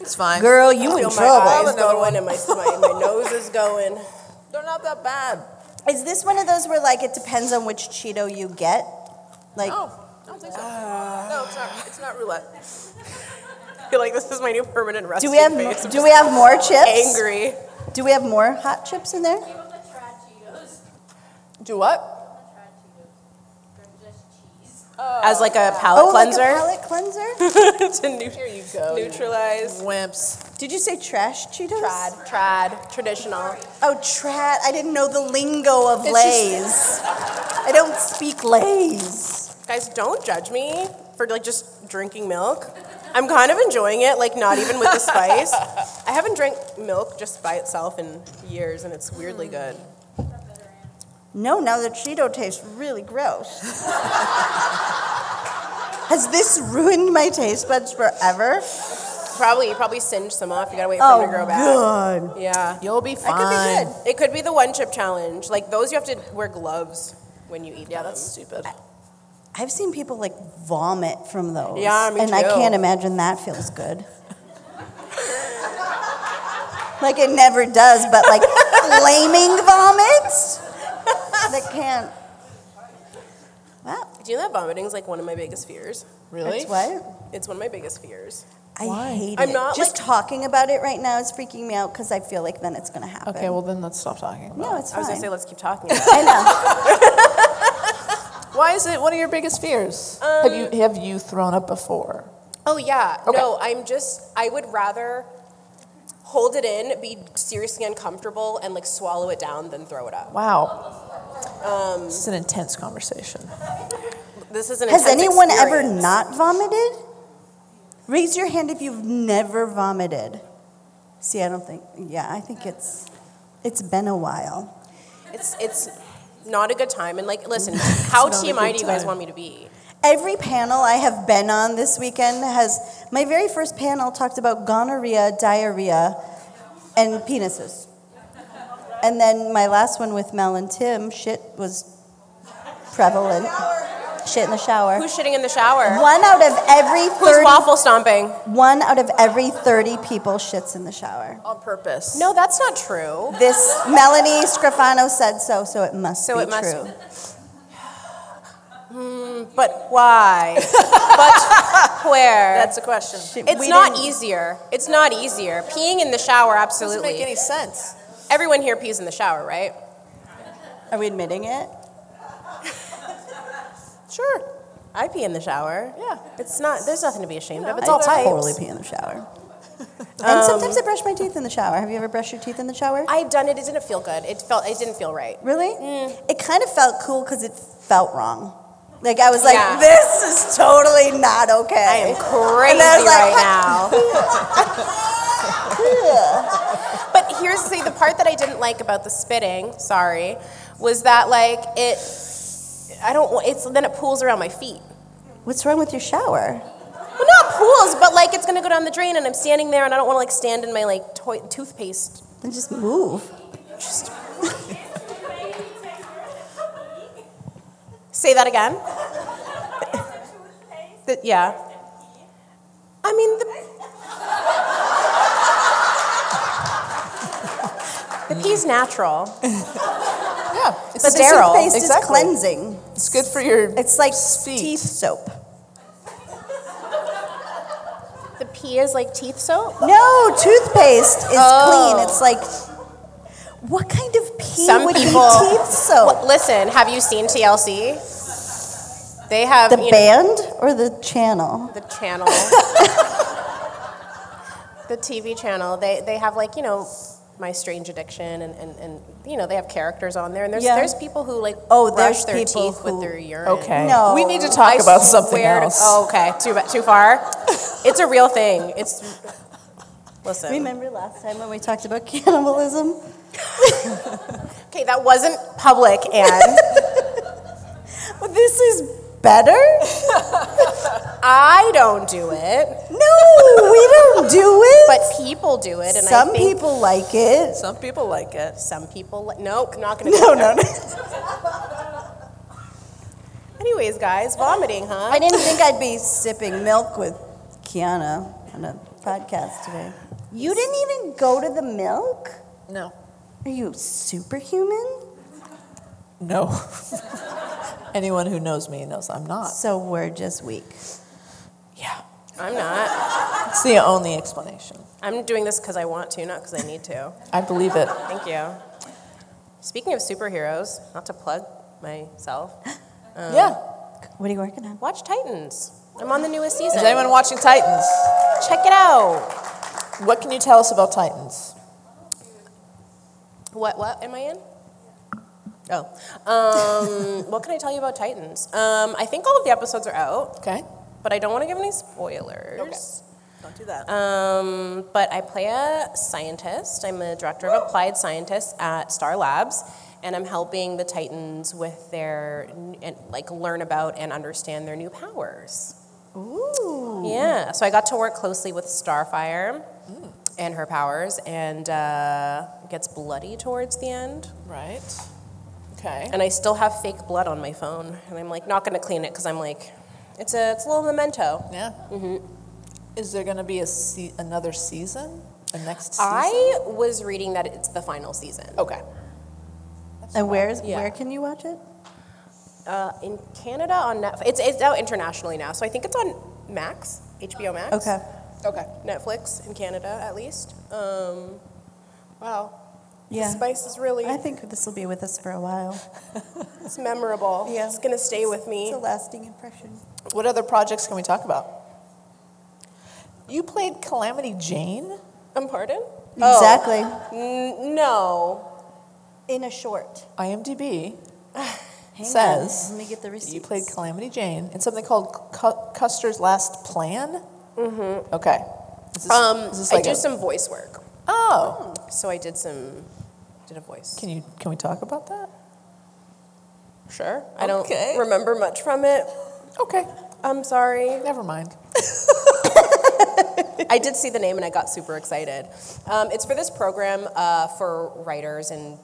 [SPEAKER 2] It's fine.
[SPEAKER 4] girl, you in
[SPEAKER 3] feel my
[SPEAKER 4] trouble.
[SPEAKER 3] eyes going, and my, my, my nose is going.
[SPEAKER 2] They're not that bad.
[SPEAKER 4] Is this one of those where like it depends on which Cheeto you get? Like,
[SPEAKER 2] Oh, I don't think so. no, it's not. It's not roulette.
[SPEAKER 3] I feel like this is my new permanent resting
[SPEAKER 4] do we have
[SPEAKER 3] face. I'm
[SPEAKER 4] do we have more chips?
[SPEAKER 3] angry?
[SPEAKER 4] Do we have more hot chips in there?
[SPEAKER 2] Do what?
[SPEAKER 3] As like a palate
[SPEAKER 4] oh,
[SPEAKER 3] cleanser
[SPEAKER 4] like a palate cleanser.
[SPEAKER 3] to neut-
[SPEAKER 2] Here you go. you
[SPEAKER 3] neutralize.
[SPEAKER 2] Wimps.
[SPEAKER 4] Did you say trash Cheetos?
[SPEAKER 3] Trad, trad, traditional.
[SPEAKER 4] Oh, trad. I didn't know the lingo of Lay's. I don't speak Lay's.
[SPEAKER 3] Guys, don't judge me for like just drinking milk. I'm kind of enjoying it, like not even with the spice. I haven't drank milk just by itself in years, and it's weirdly good.
[SPEAKER 4] No, now the Cheeto tastes really gross. Has this ruined my taste buds forever?
[SPEAKER 3] Probably, you probably singe some off. You gotta wait for
[SPEAKER 4] Oh,
[SPEAKER 3] them to grow back.
[SPEAKER 4] God.
[SPEAKER 3] Yeah,
[SPEAKER 2] You'll be
[SPEAKER 4] That
[SPEAKER 2] fine.
[SPEAKER 4] could be good.
[SPEAKER 3] it could be the one chip challenge. Like those, you have to wear gloves when you eat
[SPEAKER 2] Yeah,
[SPEAKER 3] them.
[SPEAKER 2] that's stupid.
[SPEAKER 4] I've seen people like vomit from those.
[SPEAKER 3] Yeah, me
[SPEAKER 4] And I
[SPEAKER 3] too.
[SPEAKER 4] can't imagine that feels good. like it never does, but like flaming vomit? That can't. Well,
[SPEAKER 3] Do you know that vomiting is like one of my biggest fears?
[SPEAKER 2] Really?
[SPEAKER 4] that's what?
[SPEAKER 3] It's one of my biggest fears.
[SPEAKER 4] I
[SPEAKER 2] Why?
[SPEAKER 4] hate it.
[SPEAKER 3] I'm not,
[SPEAKER 4] Just
[SPEAKER 3] like-
[SPEAKER 4] talking about it right now is freaking me out because I feel like then it's going to happen.
[SPEAKER 2] Okay, well then let's stop talking. About
[SPEAKER 4] no, it's
[SPEAKER 3] I was
[SPEAKER 4] fine.
[SPEAKER 3] gonna say let's keep talking about
[SPEAKER 4] I know.
[SPEAKER 2] it. Why is it one of your biggest fears? have you have you thrown up before?
[SPEAKER 3] Oh yeah.
[SPEAKER 2] Okay.
[SPEAKER 3] No, I'm just I would rather hold it in, be seriously uncomfortable and like swallow it down than throw it up.
[SPEAKER 2] Wow. Um, this is an intense conversation.
[SPEAKER 3] This is an
[SPEAKER 4] Has
[SPEAKER 3] intense
[SPEAKER 4] anyone ever
[SPEAKER 3] experience.
[SPEAKER 4] not vomited? Raise your hand if you've never vomited. See, I don't think. Yeah, I think it's it's been a while.
[SPEAKER 3] It's it's not a good time and like listen, how
[SPEAKER 2] not a
[SPEAKER 3] TMI
[SPEAKER 2] good
[SPEAKER 3] do you guys
[SPEAKER 2] time.
[SPEAKER 3] want me to be?
[SPEAKER 4] Every panel I have been on this weekend has my very first panel talked about gonorrhea, diarrhea, and penises. And then my last one with Mel and Tim, shit was prevalent. Shit in the shower.
[SPEAKER 3] Who's shitting in the shower?
[SPEAKER 4] One out of every
[SPEAKER 3] Who's
[SPEAKER 4] 30,
[SPEAKER 3] waffle stomping?
[SPEAKER 4] one out of every 30 people shits in the shower.
[SPEAKER 2] On purpose.
[SPEAKER 3] No, that's not true.
[SPEAKER 4] This Melanie Scrifano said so, so it must
[SPEAKER 3] So
[SPEAKER 4] be
[SPEAKER 3] it must-
[SPEAKER 4] true.
[SPEAKER 3] But why? but where?
[SPEAKER 2] That's a question.
[SPEAKER 3] it's
[SPEAKER 4] we
[SPEAKER 3] not
[SPEAKER 4] didn't-
[SPEAKER 3] easier. It's not easier. Peeing in the shower,
[SPEAKER 2] doesn't
[SPEAKER 3] absolutely.
[SPEAKER 2] make any sense.
[SPEAKER 3] Everyone here pees in the shower, right?
[SPEAKER 4] Are we admitting it?
[SPEAKER 2] Sure.
[SPEAKER 3] I pee in the shower.
[SPEAKER 2] Yeah.
[SPEAKER 3] It's not, there's nothing to be ashamed of. It's
[SPEAKER 4] I
[SPEAKER 3] all pipes.
[SPEAKER 4] totally pee in the shower. and sometimes I brush my teeth in the shower. Have you ever brushed your teeth in the shower?
[SPEAKER 3] I had done it. It didn't feel good. It felt, it didn't feel right.
[SPEAKER 4] Really?
[SPEAKER 3] Mm.
[SPEAKER 4] It kind of felt cool because it felt wrong. Like I was like,
[SPEAKER 3] Yeah.
[SPEAKER 4] this is totally not okay.
[SPEAKER 3] I am crazy
[SPEAKER 4] And I was
[SPEAKER 3] right
[SPEAKER 4] like,
[SPEAKER 3] now. But here's the, the part that I didn't like about the spitting, sorry, was that like it, I don't, wa- it's, then it pools around my feet.
[SPEAKER 4] What's wrong with your shower?
[SPEAKER 3] Well, not pools, but like it's gonna go down the drain and I'm standing there and I don't wanna like stand in my like toy- toothpaste.
[SPEAKER 4] Then just move.
[SPEAKER 3] Just. Say that again. The- yeah. I mean, the. The pee's natural.
[SPEAKER 2] Yeah. It's
[SPEAKER 4] But
[SPEAKER 3] sterile.
[SPEAKER 4] the toothpaste
[SPEAKER 2] Exactly.
[SPEAKER 4] is cleansing.
[SPEAKER 2] It's good for your.
[SPEAKER 4] It's like
[SPEAKER 2] feet.
[SPEAKER 4] teeth soap.
[SPEAKER 3] The pee is like teeth soap.
[SPEAKER 4] No, toothpaste is
[SPEAKER 3] Oh.
[SPEAKER 4] clean. It's like, what kind of pee
[SPEAKER 3] Some
[SPEAKER 4] would
[SPEAKER 3] people.
[SPEAKER 4] be teeth soap?
[SPEAKER 3] Wh- Listen, have you seen TLC? They have
[SPEAKER 4] the
[SPEAKER 3] you know,
[SPEAKER 4] band or the channel?
[SPEAKER 3] the channel, the TV channel. They they have like you know my strange addiction and, and, and you know they have characters on there and there's
[SPEAKER 4] Yeah.
[SPEAKER 3] there's people who like
[SPEAKER 4] Oh,
[SPEAKER 3] brush
[SPEAKER 4] there's
[SPEAKER 3] their
[SPEAKER 4] people
[SPEAKER 3] teeth with
[SPEAKER 4] who-
[SPEAKER 3] their urine.
[SPEAKER 2] Okay.
[SPEAKER 4] No.
[SPEAKER 2] We need to talk
[SPEAKER 3] Oh, I
[SPEAKER 2] about something
[SPEAKER 3] swear to-
[SPEAKER 2] else.
[SPEAKER 3] oh, okay. Too ba- too far. it's a real thing. It's listen.
[SPEAKER 4] Remember last time when we talked about cannibalism?
[SPEAKER 3] Okay, that wasn't public, Anne.
[SPEAKER 4] Well, this is better.
[SPEAKER 3] I don't do it,
[SPEAKER 4] No, we don't do it.
[SPEAKER 3] but people do it, and
[SPEAKER 4] some
[SPEAKER 3] I think
[SPEAKER 4] people like it.
[SPEAKER 2] Some people like it.
[SPEAKER 3] some people. Li- nope, not gonna. go
[SPEAKER 4] No, no,
[SPEAKER 3] there.
[SPEAKER 4] no.
[SPEAKER 3] Anyways, guys, vomiting, huh?
[SPEAKER 4] I didn't think I'd be sipping milk with Kiana on a podcast today. You didn't even go to the milk?
[SPEAKER 2] No.
[SPEAKER 4] Are you superhuman?
[SPEAKER 2] No. Anyone who knows me knows I'm not.
[SPEAKER 4] So we're just weak.
[SPEAKER 2] Yeah.
[SPEAKER 3] I'm not.
[SPEAKER 2] It's the only explanation.
[SPEAKER 3] I'm doing this because I want to, not because I need to.
[SPEAKER 2] I believe it.
[SPEAKER 3] Thank you. Speaking of superheroes, not to plug myself,
[SPEAKER 2] yeah.
[SPEAKER 4] What are you working on?
[SPEAKER 3] watch Titans. I'm on the newest season.
[SPEAKER 2] Is anyone watching Titans?
[SPEAKER 3] Check it out.
[SPEAKER 2] What can you tell us about Titans?
[SPEAKER 3] What what am I in? Oh, um, what can I tell you about Titans? Um, I think all of the episodes are out,
[SPEAKER 2] Okay.
[SPEAKER 3] but I don't want to give any spoilers.
[SPEAKER 2] Don't do that.
[SPEAKER 3] Um, but I play a scientist. I'm the director of applied scientists at Star Labs, and I'm helping the Titans with their n- and, like learn about and understand their new powers.
[SPEAKER 4] Ooh.
[SPEAKER 3] Yeah, so I got to work closely with Starfire
[SPEAKER 4] Mm.
[SPEAKER 3] and her powers, and uh, it gets bloody towards the end.
[SPEAKER 2] Right. Okay.
[SPEAKER 3] And I still have fake blood on my phone, and I'm like not gonna clean it because I'm like, it's a it's a little memento.
[SPEAKER 2] Yeah.
[SPEAKER 3] Mm-hmm.
[SPEAKER 2] Is there going to be a se- another season? A next season?
[SPEAKER 3] I was reading that it's the final season.
[SPEAKER 2] Okay.
[SPEAKER 4] And where's
[SPEAKER 3] Yeah.
[SPEAKER 4] where can you watch it?
[SPEAKER 3] Uh, in Canada on Netflix, it's it's out internationally now, so I think it's on Max, HBO Max.
[SPEAKER 4] Okay.
[SPEAKER 2] Okay.
[SPEAKER 3] Netflix in Canada at least. Um, wow.
[SPEAKER 4] Yeah.
[SPEAKER 3] The spice is really
[SPEAKER 4] I think this will be with us for a while.
[SPEAKER 3] it's memorable.
[SPEAKER 4] Yeah.
[SPEAKER 3] It's gonna stay with me.
[SPEAKER 4] It's a lasting impression.
[SPEAKER 2] What other projects can we talk about? You played Calamity Jane?
[SPEAKER 3] Um, pardon?
[SPEAKER 4] Oh. Exactly.
[SPEAKER 3] N- no.
[SPEAKER 4] In a short.
[SPEAKER 2] IMDb
[SPEAKER 4] Hang on,
[SPEAKER 2] says
[SPEAKER 4] Let me get the
[SPEAKER 2] you
[SPEAKER 4] receipt.
[SPEAKER 2] played Calamity Jane in something called Cu- Custer's Last Plan. Mm-hmm. Okay. Is this,
[SPEAKER 3] Um,
[SPEAKER 2] is this
[SPEAKER 3] I
[SPEAKER 2] like
[SPEAKER 3] do
[SPEAKER 2] a-
[SPEAKER 3] some voice work.
[SPEAKER 2] Oh,
[SPEAKER 3] So I did some, did a voice.
[SPEAKER 2] can you can we talk about that?
[SPEAKER 3] Sure. I
[SPEAKER 2] Okay.
[SPEAKER 3] don't remember much from it.
[SPEAKER 2] Okay,
[SPEAKER 3] I'm sorry.
[SPEAKER 2] never mind.
[SPEAKER 3] I did see the name and I got super excited. Um, it's for this program uh, for writers and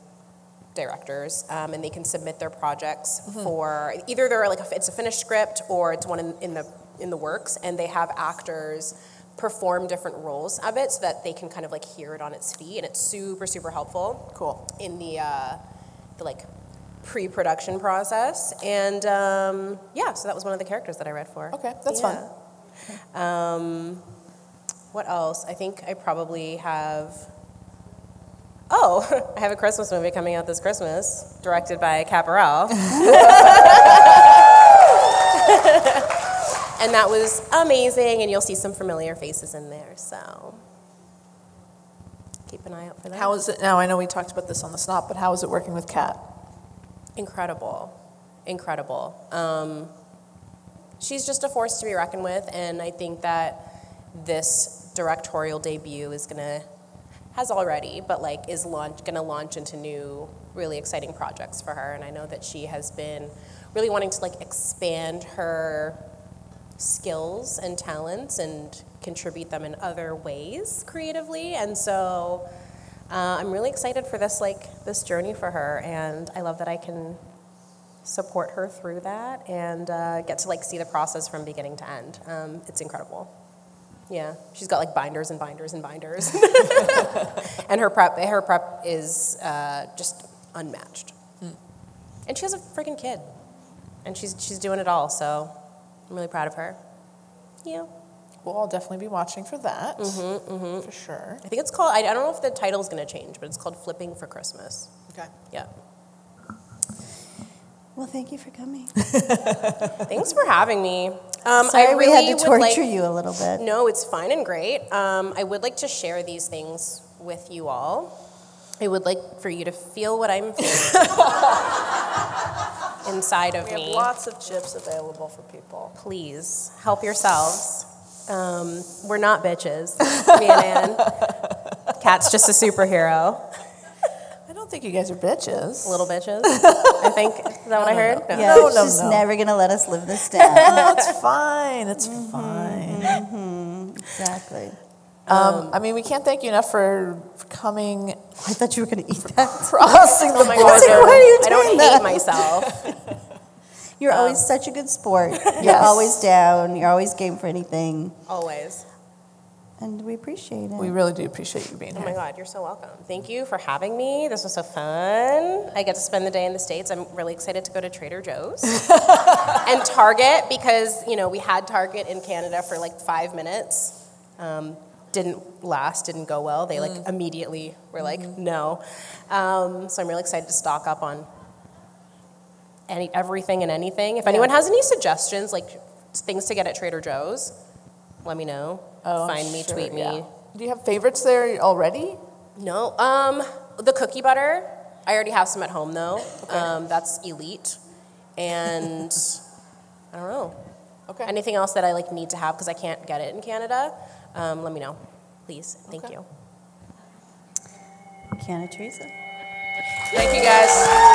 [SPEAKER 3] directors, um, and they can submit their projects
[SPEAKER 2] Mm-hmm.
[SPEAKER 3] for either they're like a, it's a finished script or it's one in, in the in the works, and they have actors perform different roles of it so that they can kind of like hear it on its feet, and it's super super helpful.
[SPEAKER 2] Cool.
[SPEAKER 3] in the, uh, the like pre-production process and um, yeah so that was one of the characters that i read for
[SPEAKER 2] Okay, that's
[SPEAKER 3] Yeah.
[SPEAKER 2] fun.
[SPEAKER 3] Um, what else i think i probably have oh i have a christmas movie coming out this christmas directed by caporal and that was amazing and you'll see some familiar faces in there so keep an eye out for that
[SPEAKER 2] How is it now? I know we talked about this on the snop, but how is it working with Kat?
[SPEAKER 3] incredible, incredible. Um, she's just a force to be reckoned with, and I think that this directorial debut is gonna has already, but like is launch gonna launch into new, really exciting projects for her. And I know that she has been really wanting to like expand her skills and talents and contribute them in other ways creatively. And so uh, I'm really excited for this like this journey for her, and I love that I can support her through that and uh, get to like see the process from beginning to end. Um, it's incredible. Yeah, she's got like binders and binders and binders, and her prep her prep is uh, just unmatched. And she has a freaking kid, and she's she's doing it all. So I'm really proud of her. Yeah.
[SPEAKER 2] Well, I'll definitely be watching for that for sure.
[SPEAKER 3] I think it's called, I I don't know if the title's gonna change, but it's called Flipping for Christmas.
[SPEAKER 2] Okay.
[SPEAKER 3] Yeah.
[SPEAKER 4] Well, thank you for coming.
[SPEAKER 3] Thanks for having me. Um,
[SPEAKER 4] Sorry
[SPEAKER 3] I really
[SPEAKER 4] we had to
[SPEAKER 3] would
[SPEAKER 4] torture
[SPEAKER 3] like-
[SPEAKER 4] you a little bit.
[SPEAKER 3] No, it's fine and great. Um, I would like to share these things with you all. I would like for you to feel what I'm feeling inside of me.
[SPEAKER 2] of chips available for people.
[SPEAKER 3] Please help yourselves. Um, we're not bitches, me and Ann. Cat's just a superhero.
[SPEAKER 2] I don't don't think you guys are bitches.
[SPEAKER 3] Little bitches. I think. Is that what I, heard? No.
[SPEAKER 4] Yeah,
[SPEAKER 2] No, no,
[SPEAKER 4] she's
[SPEAKER 2] no.
[SPEAKER 4] never gonna let us live this down.
[SPEAKER 2] No, it's fine. It's
[SPEAKER 4] Mm-hmm.
[SPEAKER 2] fine.
[SPEAKER 4] exactly.
[SPEAKER 2] Um, I mean, we can't thank you enough for coming,
[SPEAKER 4] I thought you were gonna eat that.
[SPEAKER 2] crossing the
[SPEAKER 3] Oh my
[SPEAKER 2] border.
[SPEAKER 3] God,
[SPEAKER 4] Why are you
[SPEAKER 3] I don't
[SPEAKER 4] doing
[SPEAKER 3] hate
[SPEAKER 4] that?
[SPEAKER 3] myself.
[SPEAKER 4] You're always such a good sport. You're
[SPEAKER 2] Yes.
[SPEAKER 4] always down. You're always game for anything,
[SPEAKER 3] Always.
[SPEAKER 4] and we appreciate it.
[SPEAKER 2] We really do appreciate you being
[SPEAKER 3] Oh
[SPEAKER 2] here.
[SPEAKER 3] my God, you're so welcome. Thank you for having me. This was so fun. I get to spend the day in the States. I'm really excited to go to Trader Joe's and Target because, you know, we had Target in Canada for like five minutes. Um, didn't last, didn't go well. They like
[SPEAKER 2] Mm.
[SPEAKER 3] immediately were like,
[SPEAKER 2] Mm-hmm.
[SPEAKER 3] no. Um, so I'm really excited to stock up on any, everything and anything. If anyone has any suggestions, like things to get at Trader Joe's, let me know.
[SPEAKER 2] Oh, I'm
[SPEAKER 3] Find me,
[SPEAKER 2] sure,
[SPEAKER 3] tweet me.
[SPEAKER 2] yeah. Do you have favorites there already?
[SPEAKER 3] No. Um, the cookie butter. I already have some at home though. Um, that's elite. And I don't know.
[SPEAKER 2] Okay.
[SPEAKER 3] Anything else that I like need to have because I can't get it in Canada? Um, let me know, please. Thank
[SPEAKER 2] Okay.
[SPEAKER 3] you.
[SPEAKER 4] Canna Teresa.
[SPEAKER 3] Thank you guys.